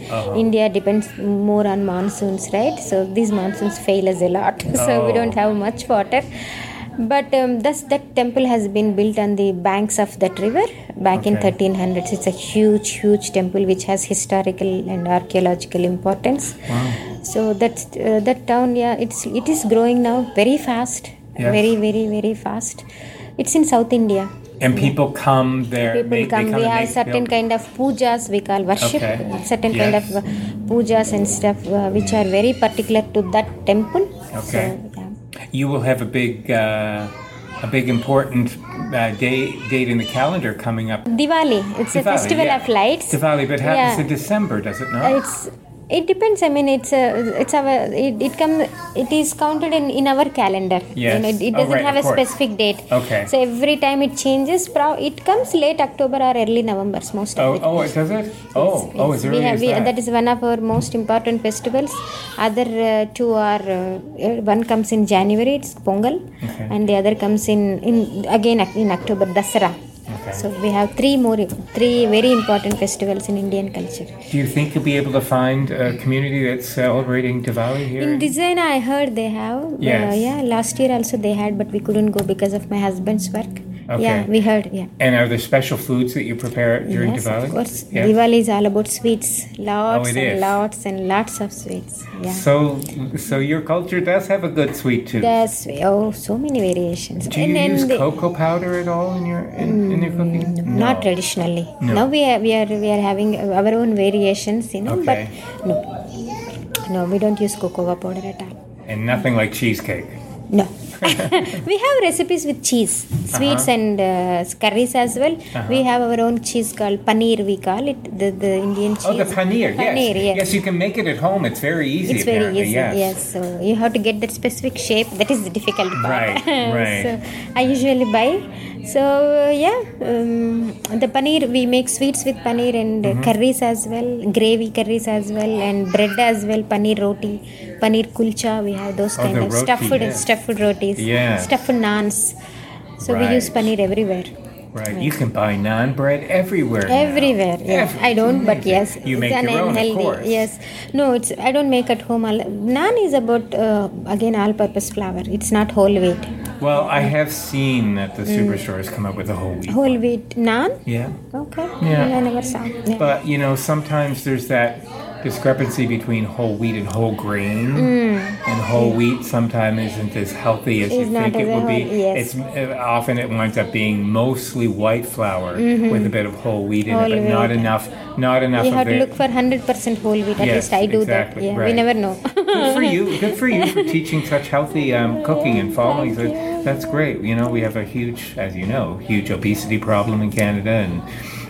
[SPEAKER 6] India depends more on monsoons, right? So these monsoons fail us a lot. so we
[SPEAKER 3] Oh.
[SPEAKER 6] don't have much water. But um, thus, that temple has been built on the banks of that river back in
[SPEAKER 3] Okay.
[SPEAKER 6] 1300s. It's a huge, huge temple which has historical and archaeological importance. So that uh, that town, yeah, it's it is growing now very fast,
[SPEAKER 3] Yes.
[SPEAKER 6] very, very, very fast. It's in South India
[SPEAKER 3] And people come there.
[SPEAKER 6] people
[SPEAKER 3] they,
[SPEAKER 6] come
[SPEAKER 3] They
[SPEAKER 6] we
[SPEAKER 3] and
[SPEAKER 6] have
[SPEAKER 3] make
[SPEAKER 6] certain
[SPEAKER 3] pilgrim-
[SPEAKER 6] kind of pujas we call worship
[SPEAKER 3] Okay.
[SPEAKER 6] certain kind of
[SPEAKER 3] Yes.
[SPEAKER 6] uh, pujas and stuff uh, which are very particular to that temple
[SPEAKER 3] Okay.
[SPEAKER 6] so, yeah.
[SPEAKER 3] You will have a big, uh, a big important uh, day date in the calendar coming up.
[SPEAKER 6] diwali it's a
[SPEAKER 3] Diwali,
[SPEAKER 6] festival
[SPEAKER 3] yeah.
[SPEAKER 6] of lights
[SPEAKER 3] Diwali, but happens
[SPEAKER 6] Yeah.
[SPEAKER 3] in December, does it
[SPEAKER 6] Uh,
[SPEAKER 3] not?
[SPEAKER 6] it's it depends i mean it's a it's our it, it come it is counted in in our calendar
[SPEAKER 3] Yes.
[SPEAKER 6] you know, it, it
[SPEAKER 3] Oh,
[SPEAKER 6] doesn't
[SPEAKER 3] right,
[SPEAKER 6] have
[SPEAKER 3] of
[SPEAKER 6] a
[SPEAKER 3] course.
[SPEAKER 6] specific date
[SPEAKER 3] Okay.
[SPEAKER 6] so every time it changes pro- it comes late october or early november most of
[SPEAKER 3] oh,
[SPEAKER 6] it
[SPEAKER 3] oh, it does it. Oh, oh, is
[SPEAKER 6] we
[SPEAKER 3] really
[SPEAKER 6] have,
[SPEAKER 3] is
[SPEAKER 6] we,
[SPEAKER 3] that?
[SPEAKER 6] that is one of our most important festivals. Other uh, two are uh, uh, one comes in January, it's Pongal,
[SPEAKER 3] Okay.
[SPEAKER 6] and the other comes in, in again ac- in October, Dasara.
[SPEAKER 3] Okay.
[SPEAKER 6] So we have three more three very important festivals in Indian culture.
[SPEAKER 3] Do you think you'll be able to find a community that's celebrating Diwali here?
[SPEAKER 6] In design, I heard they have.
[SPEAKER 3] Yes.
[SPEAKER 6] Uh, yeah, last year also they had, but we couldn't go because of my husband's work.
[SPEAKER 3] Okay.
[SPEAKER 6] Yeah, we heard. Yeah.
[SPEAKER 3] and are there special foods that you prepare during
[SPEAKER 6] yes,
[SPEAKER 3] Diwali?
[SPEAKER 6] of course.
[SPEAKER 3] Yeah.
[SPEAKER 6] Diwali is all about sweets, lots
[SPEAKER 3] it
[SPEAKER 6] and
[SPEAKER 3] is.
[SPEAKER 6] lots and lots of sweets. Yeah.
[SPEAKER 3] So, so your culture does have a good sweet tooth.
[SPEAKER 6] That's oh, so many variations.
[SPEAKER 3] Do you
[SPEAKER 6] then
[SPEAKER 3] use
[SPEAKER 6] the- Mm,
[SPEAKER 3] cocoa powder at all in your in, in your cooking?
[SPEAKER 6] Not
[SPEAKER 3] No.
[SPEAKER 6] traditionally.
[SPEAKER 3] No.
[SPEAKER 6] Now we are we are we are having our own variations, you know.
[SPEAKER 3] Okay.
[SPEAKER 6] But no, no, we don't use cocoa powder at all.
[SPEAKER 3] And nothing like cheesecake.
[SPEAKER 6] No, we have recipes with cheese, sweets
[SPEAKER 3] Uh-huh.
[SPEAKER 6] and uh, curries as well. We have our own cheese called paneer. We call it the the Indian cheese.
[SPEAKER 3] Oh, the paneer. Yes.
[SPEAKER 6] Paneer, yes.
[SPEAKER 3] you can make it at home. It's very easy.
[SPEAKER 6] It's very
[SPEAKER 3] apparently,
[SPEAKER 6] easy,
[SPEAKER 3] Yes.
[SPEAKER 6] yes. So you have to get that specific shape. That is the difficult part.
[SPEAKER 3] Right, right.
[SPEAKER 6] so I usually buy. So uh, yeah, um, the paneer we make sweets with paneer and
[SPEAKER 3] Mm-hmm.
[SPEAKER 6] uh curries as well, gravy curries as well, and bread as well. Paneer roti, paneer kulcha. We have those
[SPEAKER 3] Oh,
[SPEAKER 6] kind
[SPEAKER 3] the
[SPEAKER 6] of
[SPEAKER 3] roti,
[SPEAKER 6] stuffed
[SPEAKER 3] yes.
[SPEAKER 6] stuffed rotis,
[SPEAKER 3] Yeah.
[SPEAKER 6] stuffed naans. So we use
[SPEAKER 3] Right.
[SPEAKER 6] paneer everywhere.
[SPEAKER 3] Right. You can buy naan bread everywhere. now.
[SPEAKER 6] Everywhere, yes.
[SPEAKER 3] Every-
[SPEAKER 6] I don't, but yes,
[SPEAKER 3] You make
[SPEAKER 6] then
[SPEAKER 3] your
[SPEAKER 6] I'm
[SPEAKER 3] own, of
[SPEAKER 6] healthy.
[SPEAKER 3] course.
[SPEAKER 6] Yes, no, it's I don't make at home. I'll- Naan is about uh, again all-purpose flour. It's not whole wheat.
[SPEAKER 3] Well, I have seen that the superstores come up with a whole wheat.
[SPEAKER 6] Mm. Whole wheat naan.
[SPEAKER 3] Yeah.
[SPEAKER 6] Okay.
[SPEAKER 3] Yeah.
[SPEAKER 6] I never saw. Yeah.
[SPEAKER 3] But you know, sometimes there's that discrepancy between whole wheat and whole grain, and whole wheat sometimes isn't as healthy as
[SPEAKER 6] Mm. It's
[SPEAKER 3] you
[SPEAKER 6] not
[SPEAKER 3] think it
[SPEAKER 6] as
[SPEAKER 3] would be.
[SPEAKER 6] healthy,
[SPEAKER 3] It's
[SPEAKER 6] yes.
[SPEAKER 3] uh, often it winds up being mostly white flour with a bit of whole wheat in
[SPEAKER 6] Whole
[SPEAKER 3] it, but not
[SPEAKER 6] wheat.
[SPEAKER 3] enough, not enough
[SPEAKER 6] Mm-hmm. you
[SPEAKER 3] of
[SPEAKER 6] have to
[SPEAKER 3] it.
[SPEAKER 6] look for hundred percent whole wheat. At
[SPEAKER 3] Yes,
[SPEAKER 6] least I do
[SPEAKER 3] exactly,
[SPEAKER 6] that. Yeah, we
[SPEAKER 3] right.
[SPEAKER 6] never know.
[SPEAKER 3] good for you. Good for you for teaching such healthy um, cooking
[SPEAKER 6] Oh,
[SPEAKER 3] and following. So that's great. You know, we have a huge, as you know, huge obesity problem in Canada, and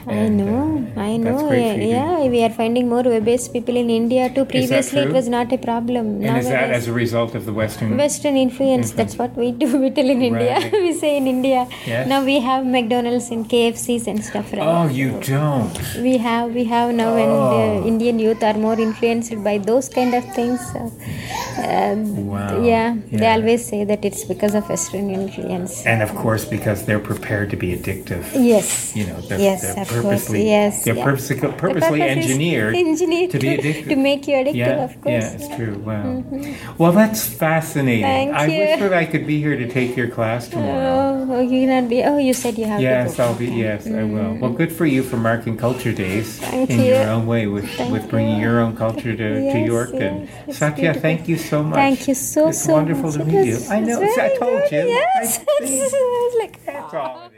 [SPEAKER 6] I
[SPEAKER 3] And,
[SPEAKER 6] know,
[SPEAKER 3] uh,
[SPEAKER 6] I
[SPEAKER 3] that's
[SPEAKER 6] know.
[SPEAKER 3] great
[SPEAKER 6] yeah,
[SPEAKER 3] for you to-
[SPEAKER 6] yeah, we are finding more web-based people in India too. Previously, it
[SPEAKER 3] true?
[SPEAKER 6] was not a problem.
[SPEAKER 3] And is that
[SPEAKER 6] Nowadays-
[SPEAKER 3] as a result of the Western?
[SPEAKER 6] Western influence. That's what we do little in India.
[SPEAKER 3] Right.
[SPEAKER 6] we say in India.
[SPEAKER 3] Yes.
[SPEAKER 6] Now we have McDonald's and KFCs and stuff, right?
[SPEAKER 3] Oh, you Oh. don't.
[SPEAKER 6] We have we have now, and the Indian youth are more influenced by those kind of things. So, uh,
[SPEAKER 3] Wow.
[SPEAKER 6] yeah, they
[SPEAKER 3] Yeah.
[SPEAKER 6] always say that it's because of Western influence.
[SPEAKER 3] And of course, because they're prepared to be addictive.
[SPEAKER 6] Yes.
[SPEAKER 3] You know, they're,
[SPEAKER 6] yes,
[SPEAKER 3] they're
[SPEAKER 6] of
[SPEAKER 3] purposely,
[SPEAKER 6] course. Yes,
[SPEAKER 3] they're
[SPEAKER 6] yeah.
[SPEAKER 3] purposely,
[SPEAKER 6] The
[SPEAKER 3] purposely
[SPEAKER 6] purpose is
[SPEAKER 3] engineered,
[SPEAKER 6] engineered
[SPEAKER 3] to be addicted.
[SPEAKER 6] to make you addicted.
[SPEAKER 3] yeah,
[SPEAKER 6] of course. Mm-hmm.
[SPEAKER 3] yeah, it's true. Wow. Well, that's fascinating.
[SPEAKER 6] Thank
[SPEAKER 3] I wish
[SPEAKER 6] you.
[SPEAKER 3] that I could be here to take your class tomorrow.
[SPEAKER 6] Oh, oh, you cannot be. Oh, you said you have. to
[SPEAKER 3] Yes,
[SPEAKER 6] go.
[SPEAKER 3] I'll be. Yes, I will. Well, good for you for marking Culture Days
[SPEAKER 6] Thank
[SPEAKER 3] in
[SPEAKER 6] you.
[SPEAKER 3] your own way with,
[SPEAKER 6] Thank
[SPEAKER 3] with bringing
[SPEAKER 6] you.
[SPEAKER 3] your own culture to, to
[SPEAKER 6] Yes,
[SPEAKER 3] York.
[SPEAKER 6] yes,
[SPEAKER 3] and
[SPEAKER 6] it's
[SPEAKER 3] Satya,
[SPEAKER 6] beautiful.
[SPEAKER 3] thank you so much.
[SPEAKER 6] Thank you so
[SPEAKER 3] it's
[SPEAKER 6] so
[SPEAKER 3] wonderful
[SPEAKER 6] much.
[SPEAKER 3] to
[SPEAKER 6] It
[SPEAKER 3] meet
[SPEAKER 6] was-
[SPEAKER 3] you. I
[SPEAKER 6] it
[SPEAKER 3] know.
[SPEAKER 6] was
[SPEAKER 3] see, I
[SPEAKER 6] very
[SPEAKER 3] told
[SPEAKER 6] good.
[SPEAKER 3] you. I
[SPEAKER 6] Yes,
[SPEAKER 3] see.
[SPEAKER 6] it's like
[SPEAKER 3] That's all it is.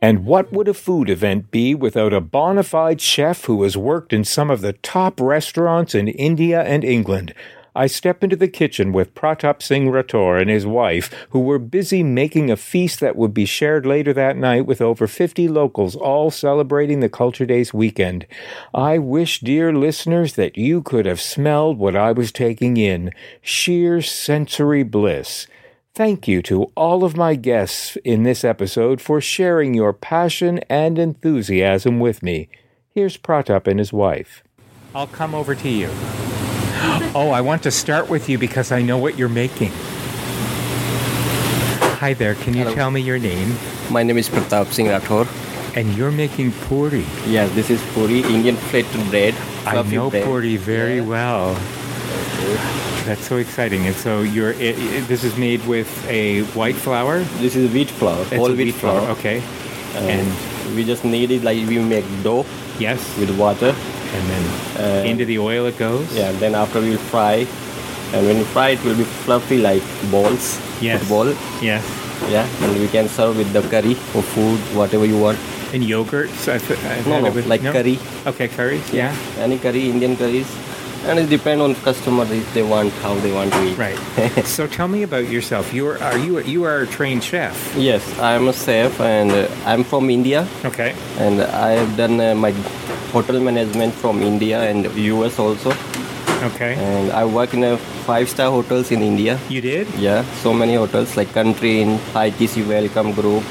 [SPEAKER 1] And what would a food event be without a bona fide chef who has worked in some of the top restaurants in India and England? I step into the kitchen with Pratap Singh Rator and his wife, who were busy making a feast that would be shared later that night with over 50 locals, all celebrating the Culture Days weekend. I wish, dear listeners, that you could have smelled what I was taking in sheer sensory bliss. Thank you to all of my guests in this episode for sharing your passion and enthusiasm with me. Here's Pratap and his wife.
[SPEAKER 3] I'll come over to you. Oh, I want to start with you because I know what you're making. Hi there, can you
[SPEAKER 7] Hello.
[SPEAKER 3] tell me your name?
[SPEAKER 7] My name is Pratap Singh Rathore.
[SPEAKER 3] And you're making puri.
[SPEAKER 7] Yes, this is puri, Indian flattened bread.
[SPEAKER 3] I
[SPEAKER 7] fluffy
[SPEAKER 3] know
[SPEAKER 7] bread.
[SPEAKER 3] puri very
[SPEAKER 7] Yeah.
[SPEAKER 3] well. That's so exciting. And so you're i i this is made with a white flour?
[SPEAKER 7] This is wheat flour,
[SPEAKER 3] It's
[SPEAKER 7] whole
[SPEAKER 3] a
[SPEAKER 7] wheat, flour.
[SPEAKER 3] Okay.
[SPEAKER 7] And we just need it like we make dough
[SPEAKER 3] Yes.
[SPEAKER 7] with water.
[SPEAKER 3] and then into the oil it goes.
[SPEAKER 7] Yeah, then after we'll fry. And when you fry, it will be fluffy like balls.
[SPEAKER 3] Yes.
[SPEAKER 7] Football.
[SPEAKER 3] Yes.
[SPEAKER 7] Yeah. And we can serve with the curry or food, whatever you want.
[SPEAKER 3] And yogurts. I th- I
[SPEAKER 7] No,
[SPEAKER 3] thought
[SPEAKER 7] no,
[SPEAKER 3] it was-
[SPEAKER 7] like curry.
[SPEAKER 3] Okay, curries. Yeah.
[SPEAKER 7] Any curry, Indian curries. And it depends on customer if they want, how they want to eat.
[SPEAKER 3] Right. so tell me about yourself. You are, are you you are a trained chef.
[SPEAKER 7] Yes, I'm a chef and uh, I'm from India.
[SPEAKER 3] Okay.
[SPEAKER 7] and I have done uh, my hotel management from India and US also.
[SPEAKER 3] Okay.
[SPEAKER 7] And I work in a five-star hotels in India.
[SPEAKER 3] You did?
[SPEAKER 7] Yeah, so many hotels like Country Inn, ITC Welcome Group.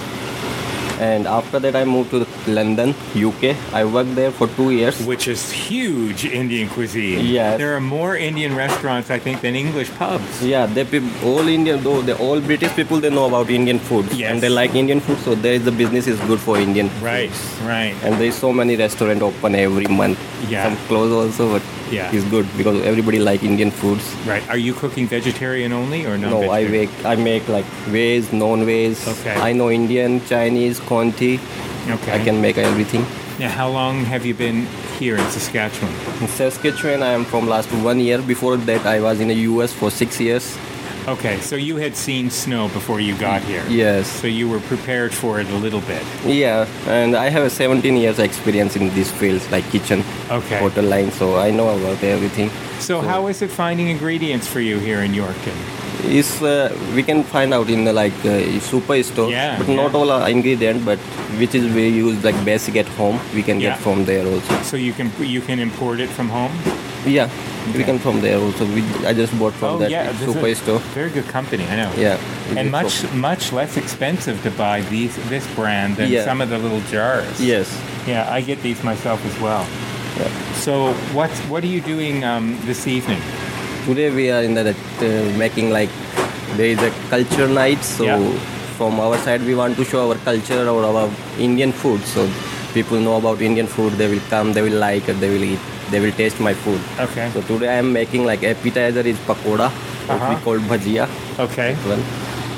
[SPEAKER 7] And after that, I moved to London, UK. I worked there for two years.
[SPEAKER 3] Which is huge Indian cuisine.
[SPEAKER 7] Yes.
[SPEAKER 3] There are more Indian restaurants I think than English pubs.
[SPEAKER 7] Yeah, they peop- all Indian though they all British people they know about Indian food
[SPEAKER 3] Yes.
[SPEAKER 7] and they like Indian food, so there is the business is good for Indian.
[SPEAKER 3] Right,
[SPEAKER 7] foods.
[SPEAKER 3] right.
[SPEAKER 7] And there is so many restaurant open every month.
[SPEAKER 3] Yeah.
[SPEAKER 7] Some close also, but
[SPEAKER 3] Yeah.
[SPEAKER 7] it's good because everybody like Indian foods.
[SPEAKER 3] Right. Are you cooking vegetarian only or non
[SPEAKER 7] No, I make I make like veg, non veg.
[SPEAKER 3] Okay.
[SPEAKER 7] I know Indian, Chinese, Conti.
[SPEAKER 3] Okay.
[SPEAKER 7] I can make everything.
[SPEAKER 3] Now, how long have you been here in Saskatchewan?
[SPEAKER 7] In Saskatchewan, I am from last one year. Before that, I was in the US for six years.
[SPEAKER 3] Okay, so you had seen snow before you got here.
[SPEAKER 7] Yes.
[SPEAKER 3] So you were prepared for it a little bit.
[SPEAKER 7] Yeah, and I have a 17 years experience in this field, like kitchen,
[SPEAKER 3] Okay.
[SPEAKER 7] hotel line, so I know about everything.
[SPEAKER 3] So how is it finding ingredients for you here in Yorkton?
[SPEAKER 7] Is uh, we can find out in the like uh, superstore,
[SPEAKER 3] Yeah,
[SPEAKER 7] but not
[SPEAKER 3] yeah.
[SPEAKER 7] all are ingredient, but which is we use like basic at home. We can
[SPEAKER 3] Yeah.
[SPEAKER 7] get from there also.
[SPEAKER 3] So you can you can import it from home?
[SPEAKER 7] Yeah,
[SPEAKER 3] Okay. Oh,
[SPEAKER 7] we can from there also. We, I just bought from that
[SPEAKER 3] this is a
[SPEAKER 7] superstore.
[SPEAKER 3] Very good company, I know.
[SPEAKER 7] Yeah, it
[SPEAKER 3] And
[SPEAKER 7] is
[SPEAKER 3] much much less expensive to buy these this brand than
[SPEAKER 7] Yeah.
[SPEAKER 3] some of the little jars.
[SPEAKER 7] Yes.
[SPEAKER 3] Yeah, I get these myself as well.
[SPEAKER 7] Yeah.
[SPEAKER 3] So what's what are you doing um, this evening?
[SPEAKER 7] Today we are in the uh, making like there is a culture night. So
[SPEAKER 3] Yeah.
[SPEAKER 7] from our side, we want to show our culture or our Indian food. So people know about Indian food. They will come. They will like it. They will eat. They will taste my food.
[SPEAKER 3] Okay.
[SPEAKER 7] So today I am making like appetizer is pakoda, what we
[SPEAKER 3] Uh-huh.
[SPEAKER 7] call bhajia.
[SPEAKER 3] Okay.
[SPEAKER 7] Well,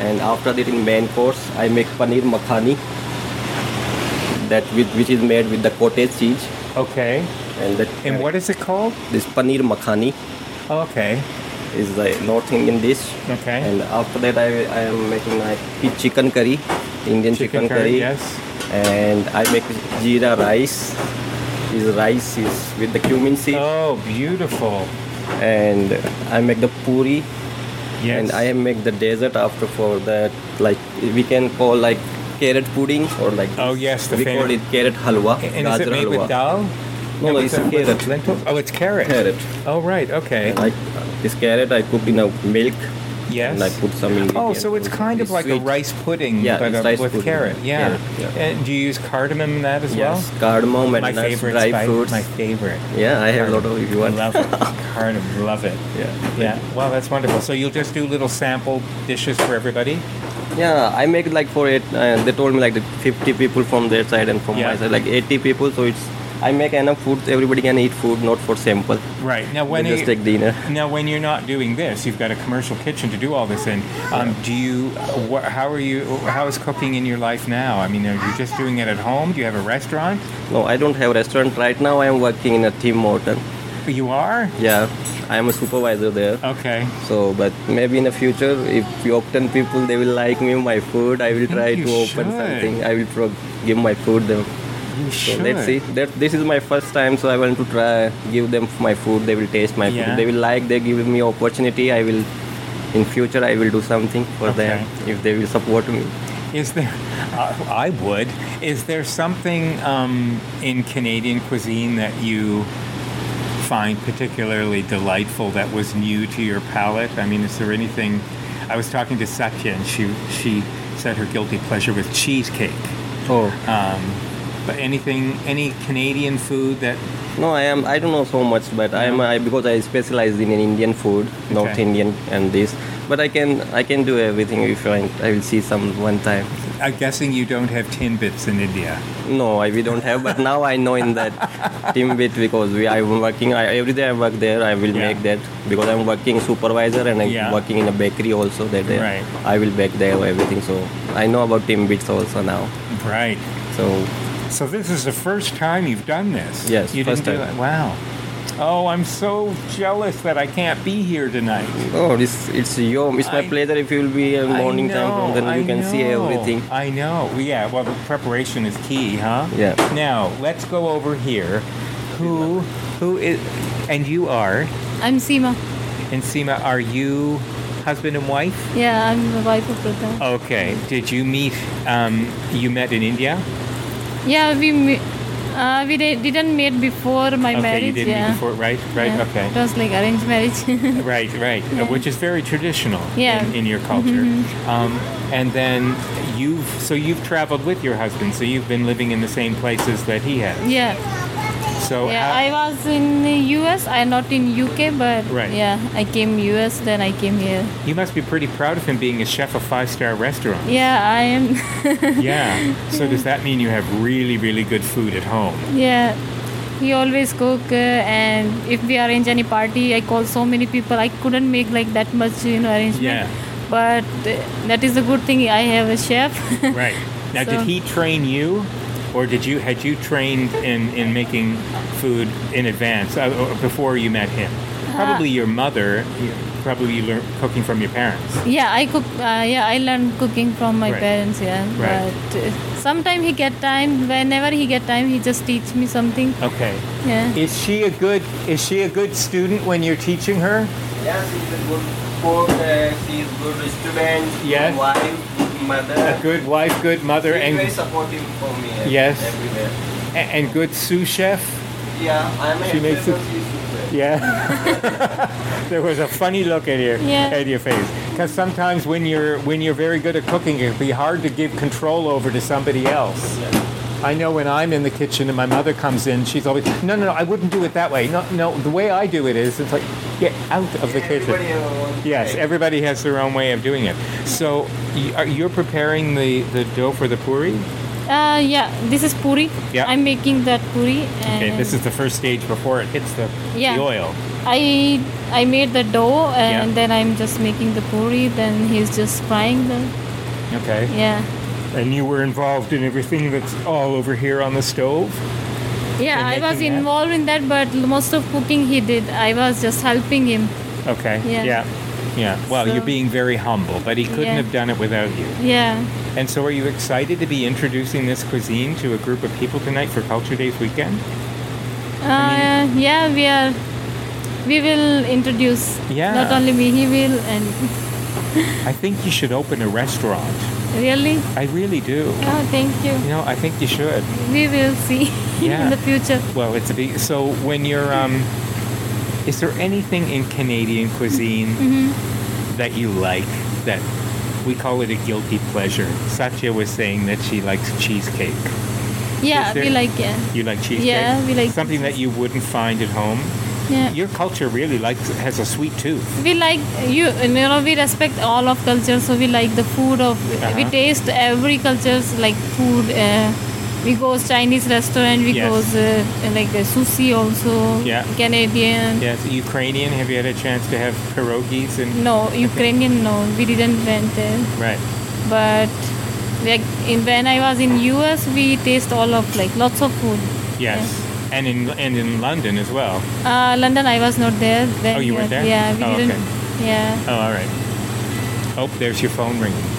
[SPEAKER 7] and after that in main course I make paneer makhani. That with, which is made with the cottage cheese
[SPEAKER 3] Okay.
[SPEAKER 7] and that
[SPEAKER 3] And what is it called?
[SPEAKER 7] this paneer makhani
[SPEAKER 3] Oh, okay.
[SPEAKER 7] is the North Indian dish.
[SPEAKER 3] Okay.
[SPEAKER 7] And after that, I, I am making like chi- chicken curry, Indian chicken, curry.
[SPEAKER 3] Yes.
[SPEAKER 7] And I make jeera rice. Is rice is with the cumin seed.
[SPEAKER 3] Oh, beautiful.
[SPEAKER 7] And I make the puri.
[SPEAKER 3] Yes.
[SPEAKER 7] And I make the dessert after for that. Like we can call like carrot pudding or like
[SPEAKER 3] Oh, yes, the
[SPEAKER 7] we
[SPEAKER 3] famous-
[SPEAKER 7] call it carrot halwa.
[SPEAKER 3] And is it
[SPEAKER 7] gajar
[SPEAKER 3] made with
[SPEAKER 7] halwa.
[SPEAKER 3] dal?
[SPEAKER 7] No,
[SPEAKER 3] with
[SPEAKER 7] it's
[SPEAKER 3] the-
[SPEAKER 7] a
[SPEAKER 3] with
[SPEAKER 7] carrot.
[SPEAKER 3] lentils? Oh, it's carrot.
[SPEAKER 7] Carrot.
[SPEAKER 3] Oh, right. Okay.
[SPEAKER 7] Like uh, this carrot, I cook in a milk.
[SPEAKER 3] Yes.
[SPEAKER 7] And I put some ingredients.
[SPEAKER 3] Oh, so it's kind of like a
[SPEAKER 7] sweet.
[SPEAKER 3] rice pudding,
[SPEAKER 7] Yeah,
[SPEAKER 3] but
[SPEAKER 7] it's
[SPEAKER 3] uh,
[SPEAKER 7] rice
[SPEAKER 3] with
[SPEAKER 7] pudding.
[SPEAKER 3] carrot. Yeah.
[SPEAKER 7] Carrot, yeah.
[SPEAKER 3] And do you use cardamom in that as
[SPEAKER 7] Yes,
[SPEAKER 3] well?
[SPEAKER 7] cardamom and
[SPEAKER 3] My
[SPEAKER 7] nuts,
[SPEAKER 3] favorite
[SPEAKER 7] dry
[SPEAKER 3] spice.
[SPEAKER 7] fruits.
[SPEAKER 3] My favorite.
[SPEAKER 7] Yeah, I have a lot of. If you want,
[SPEAKER 3] Love it. cardamom. Love it.
[SPEAKER 7] yeah.
[SPEAKER 3] Yeah. Wow, that's wonderful. So you'll just do little sample dishes for everybody.
[SPEAKER 7] Yeah, I make like for it. Uh, they told me like the 50 people from their side and from
[SPEAKER 3] Yeah.
[SPEAKER 7] my side, like 80 people. So it's I make enough food. Everybody can eat food, not for sample.
[SPEAKER 3] Right. Now,
[SPEAKER 7] We
[SPEAKER 3] when
[SPEAKER 7] just
[SPEAKER 3] you-
[SPEAKER 7] take dinner.
[SPEAKER 3] Now, when you're not doing this, you've got a commercial kitchen to do all this in. Um, do you? Wh- how are you? How is cooking in your life now? I mean, are you just doing it at home? Do you have a restaurant?
[SPEAKER 7] No, I don't have restaurant right now. I am working in a Tim Horton.
[SPEAKER 3] You are.
[SPEAKER 7] Yeah, I am a supervisor there.
[SPEAKER 3] Okay.
[SPEAKER 7] So, but maybe in the future, if Yorkton people they will like me my food, I will try
[SPEAKER 3] you
[SPEAKER 7] to open
[SPEAKER 3] should.
[SPEAKER 7] something. I will pro- give my food them.
[SPEAKER 3] You
[SPEAKER 7] So
[SPEAKER 3] should.
[SPEAKER 7] let's see. That this is my first time, so I want to try give them my food. They will taste my
[SPEAKER 3] Yeah.
[SPEAKER 7] food. They will like. They give me opportunity. I will. In future, I will do something for them if they will support me.
[SPEAKER 3] Is there? Uh, I would. Is there something um, in Canadian cuisine that you find particularly delightful that was new to your palate? I mean, is there anything? I was talking to Satya, and she she said her guilty pleasure was cheesecake.
[SPEAKER 7] Oh
[SPEAKER 3] Um, but anything, any Canadian food that?
[SPEAKER 7] no, I am. I don't know so much, but I am. I because I specialize in Indian food, North
[SPEAKER 3] Okay.
[SPEAKER 7] Indian, and this. But I can. I can do everything if I. I will see some one time.
[SPEAKER 3] I'm guessing you don't have tin bits in India.
[SPEAKER 7] No, I, we don't have. But now I know in that team with because we I'm working. I, every day I work there. I will
[SPEAKER 3] Yeah.
[SPEAKER 7] make that because I'm working supervisor and I'm
[SPEAKER 3] Yeah.
[SPEAKER 7] working in a bakery also. That there,
[SPEAKER 3] Right.
[SPEAKER 7] I will bake there everything. So I know about team bits also now.
[SPEAKER 3] Right.
[SPEAKER 7] So
[SPEAKER 3] So this is the first time you've done this.
[SPEAKER 7] Yes,
[SPEAKER 3] you
[SPEAKER 7] first
[SPEAKER 3] didn't
[SPEAKER 7] time.
[SPEAKER 3] do it. Wow. Oh, I'm so jealous that I can't be here tonight.
[SPEAKER 7] oh, this it's your it's my
[SPEAKER 3] I-
[SPEAKER 7] pleasure if you will be a morning
[SPEAKER 3] I
[SPEAKER 7] time
[SPEAKER 3] know,
[SPEAKER 7] from then you
[SPEAKER 3] I
[SPEAKER 7] can see
[SPEAKER 3] know,
[SPEAKER 7] everything.
[SPEAKER 3] I know. Well, Yeah. Well, the preparation is key, huh?
[SPEAKER 7] Yeah.
[SPEAKER 3] Now let's go over here. Who? Who is? And you are.
[SPEAKER 8] I'm Seema.
[SPEAKER 3] And Seema, are you husband and wife?
[SPEAKER 8] Yeah, I'm the wife of Pradhan.
[SPEAKER 3] Okay. Did you meet? Um, you met in India.
[SPEAKER 8] Yeah, we me- uh, we di- didn't meet before my
[SPEAKER 3] okay.
[SPEAKER 8] marriage.
[SPEAKER 3] You didn't
[SPEAKER 8] yeah.
[SPEAKER 3] meet before, right? Right.
[SPEAKER 8] Yeah.
[SPEAKER 3] Okay.
[SPEAKER 8] It was like arranged marriage.
[SPEAKER 3] Right, right, Uh, which is very traditional
[SPEAKER 8] Yeah. Mm-hmm.
[SPEAKER 3] in, in your culture. Um, and then you've so you've traveled with your husband, so you've been living in the same places that he has.
[SPEAKER 8] yeah.
[SPEAKER 3] So
[SPEAKER 8] Yeah,
[SPEAKER 3] how-
[SPEAKER 8] I was in the US. I not in UK, but
[SPEAKER 3] Right.
[SPEAKER 8] yeah, I came US. Then I came here.
[SPEAKER 3] you must be pretty proud of him being a chef of five star restaurant.
[SPEAKER 8] Yeah, I am.
[SPEAKER 3] yeah. So does that mean you have really, really good food at home?
[SPEAKER 8] yeah, he always cook, uh, and if we arrange any party, I call so many people. I couldn't make like that much, you know, arrangement.
[SPEAKER 3] Yeah.
[SPEAKER 8] But uh, that is the good thing. I have a chef.
[SPEAKER 3] Right. Now,
[SPEAKER 8] So-
[SPEAKER 3] did he train you, or did you had you trained in in making food in advance uh, or before you met him?
[SPEAKER 8] Uh,
[SPEAKER 3] Probably your mother. Probably you learned cooking from your parents.
[SPEAKER 8] Yeah, I cook. Uh, yeah, I learned cooking from my
[SPEAKER 3] Right.
[SPEAKER 8] parents. Yeah,
[SPEAKER 3] Right.
[SPEAKER 8] but uh, sometimes he get time. Whenever he get time, he just teach me something.
[SPEAKER 3] Okay.
[SPEAKER 8] Yeah.
[SPEAKER 3] Is she a good is she a good student when you're teaching her?
[SPEAKER 7] Yes, she's a good cook. she's good student.
[SPEAKER 3] Yes.
[SPEAKER 7] Wife, mother.
[SPEAKER 3] A good wife, good mother, and
[SPEAKER 7] supportive for me. uh,
[SPEAKER 3] Yes. everywhere. and good sous chef.
[SPEAKER 7] Yeah, I'm
[SPEAKER 3] She makes it- Yeah. there was a funny look at your
[SPEAKER 8] Yeah.
[SPEAKER 3] at your face because sometimes when you're when you're very good at cooking, it can be hard to give control over to somebody else. I know when I'm in the kitchen and my mother comes in, she's always no, no, no. I wouldn't do it that way. No, no. The way I do it is, it's like get out of the kitchen.
[SPEAKER 7] uh,
[SPEAKER 3] Yes, everybody has their own way of doing it. So y- are- you're preparing the, the dough for the puri?
[SPEAKER 8] Uh, yeah. This is puri.
[SPEAKER 3] Yeah.
[SPEAKER 8] I'm making that puri. And
[SPEAKER 3] Okay, this is the first stage before it hits the,
[SPEAKER 8] Yeah.
[SPEAKER 3] the oil.
[SPEAKER 8] I I made the dough and
[SPEAKER 3] Yeah.
[SPEAKER 8] then I'm just making the puri. Then he's just frying the.
[SPEAKER 3] Okay.
[SPEAKER 8] Yeah.
[SPEAKER 3] And you were involved in everything that's all over here on the stove?
[SPEAKER 8] Yeah, I
[SPEAKER 3] And
[SPEAKER 8] was
[SPEAKER 3] making that?
[SPEAKER 8] involved in that, but most of cooking he did. I was just helping him.
[SPEAKER 3] Okay.
[SPEAKER 8] Yeah.
[SPEAKER 3] Yeah. Yeah. Well,
[SPEAKER 8] So-
[SPEAKER 3] you're being very humble, but he couldn't
[SPEAKER 8] Yeah.
[SPEAKER 3] have done it without you.
[SPEAKER 8] Yeah.
[SPEAKER 3] And so are you excited to be introducing this cuisine to a group of people tonight for Culture Days weekend?
[SPEAKER 8] Uh, yeah, we are. We will introduce.
[SPEAKER 3] Yeah.
[SPEAKER 8] Not only me, he will, and
[SPEAKER 3] I think you should open a restaurant.
[SPEAKER 8] Really?
[SPEAKER 3] I really do.
[SPEAKER 8] Oh, thank you.
[SPEAKER 3] You know, I think you should.
[SPEAKER 8] We will see
[SPEAKER 3] Yeah.
[SPEAKER 8] in the future.
[SPEAKER 3] Well, it's a big. So when you're, um, is there anything in Canadian cuisine
[SPEAKER 8] Mm-hmm.
[SPEAKER 3] that you like that we call it a guilty pleasure? Satya was saying that she likes cheesecake.
[SPEAKER 8] Yeah,
[SPEAKER 3] Is there-
[SPEAKER 8] we like yeah.
[SPEAKER 3] You like cheesecake?
[SPEAKER 8] Yeah, we like
[SPEAKER 3] something that you wouldn't find at home.
[SPEAKER 8] Yeah.
[SPEAKER 3] Your culture really likes has a sweet tooth.
[SPEAKER 8] we like you you know we respect all of culture so we like the food of we
[SPEAKER 3] Uh-huh.
[SPEAKER 8] taste every culture's like food uh, we go chinese restaurant we
[SPEAKER 3] Yes.
[SPEAKER 8] go uh, like uh, sushi also
[SPEAKER 3] Yeah.
[SPEAKER 8] canadian
[SPEAKER 3] Yes, Ukrainian. Have you had a chance to have pierogies and
[SPEAKER 8] no ukrainian no we didn't went there
[SPEAKER 3] right?
[SPEAKER 8] but like in, when i was in us we taste all of like lots of food
[SPEAKER 3] Yes, and in and in London as well.
[SPEAKER 8] uh, london i was not there then
[SPEAKER 3] Oh, you weren't there?
[SPEAKER 8] yeah we
[SPEAKER 3] Oh,
[SPEAKER 8] didn't yeah
[SPEAKER 3] Oh, all right. Oh, there's your phone ringing.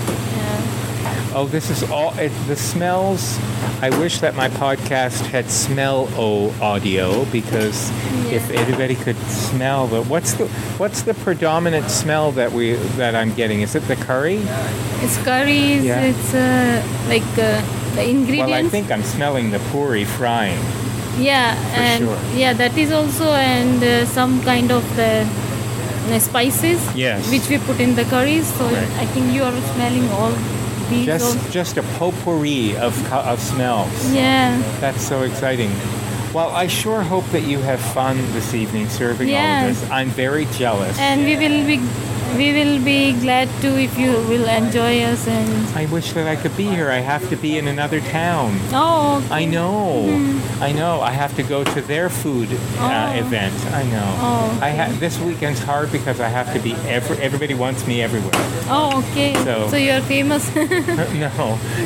[SPEAKER 3] Oh, this is all it, the smells. I wish that my podcast had smell o audio because if everybody could smell the what's the what's the predominant smell that we that I'm getting? Is it the curry?
[SPEAKER 8] it's curries
[SPEAKER 3] Yeah.
[SPEAKER 8] it's uh, like uh, the ingredients
[SPEAKER 3] Well, I think I'm smelling the puri frying.
[SPEAKER 8] Yeah, and
[SPEAKER 3] sure.
[SPEAKER 8] yeah, that is also and uh, some kind of the uh, spices.
[SPEAKER 3] Yes.
[SPEAKER 8] Which we put in the curries. So
[SPEAKER 3] Right.
[SPEAKER 8] I think you are smelling all these.
[SPEAKER 3] Just
[SPEAKER 8] also.
[SPEAKER 3] just a potpourri of co- of smells.
[SPEAKER 8] Yeah.
[SPEAKER 3] That's so exciting. Well, I sure hope that you have fun this evening serving all
[SPEAKER 8] Yeah.
[SPEAKER 3] of this. I'm very jealous.
[SPEAKER 8] And we will be we will be glad too if you will enjoy us and
[SPEAKER 3] I wish that I could be here. I have to be in another town.
[SPEAKER 8] oh
[SPEAKER 3] I know.
[SPEAKER 8] Mm.
[SPEAKER 3] I know. I have to go to their food uh, event. I know.
[SPEAKER 8] Oh,
[SPEAKER 3] I ha- this weekend's hard because I have to be every- everybody wants me everywhere.
[SPEAKER 8] oh okay
[SPEAKER 3] So-
[SPEAKER 8] you are famous
[SPEAKER 3] no.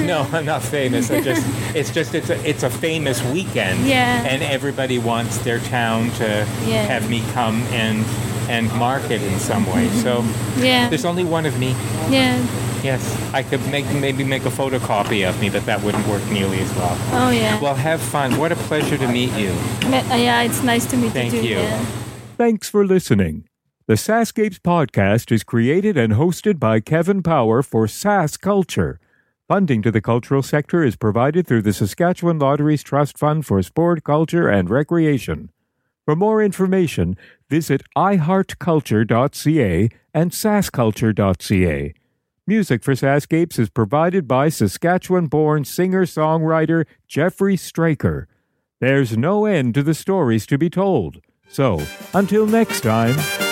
[SPEAKER 3] No, I'm not famous. I just it's just it's a, it's a famous weekend.
[SPEAKER 8] Yeah.
[SPEAKER 3] And everybody wants their town to
[SPEAKER 8] Yeah.
[SPEAKER 3] have me come and and mark it in some way. So
[SPEAKER 8] Mm-hmm. yeah
[SPEAKER 3] there's only one of me.
[SPEAKER 8] yeah
[SPEAKER 3] Yes, I could make maybe make a photocopy of me, but that wouldn't work nearly as well.
[SPEAKER 8] oh yeah
[SPEAKER 3] Well, have fun. What a pleasure to meet you.
[SPEAKER 8] But, uh, yeah it's nice to meet
[SPEAKER 3] Thank
[SPEAKER 8] you too.
[SPEAKER 3] you.
[SPEAKER 8] yeah.
[SPEAKER 1] Thanks for listening. The Sascapes podcast is created and hosted by Kevin Power for SAS Culture. Funding to the cultural sector is provided through the Saskatchewan Lottery's Trust Fund for Sport, Culture, and Recreation. For more information, visit iheartculture.ca and sasculture.ca. Music for Sascapes is provided by Saskatchewan born singer songwriter Jeffrey Straker. There's no end to the stories to be told. So, until next time.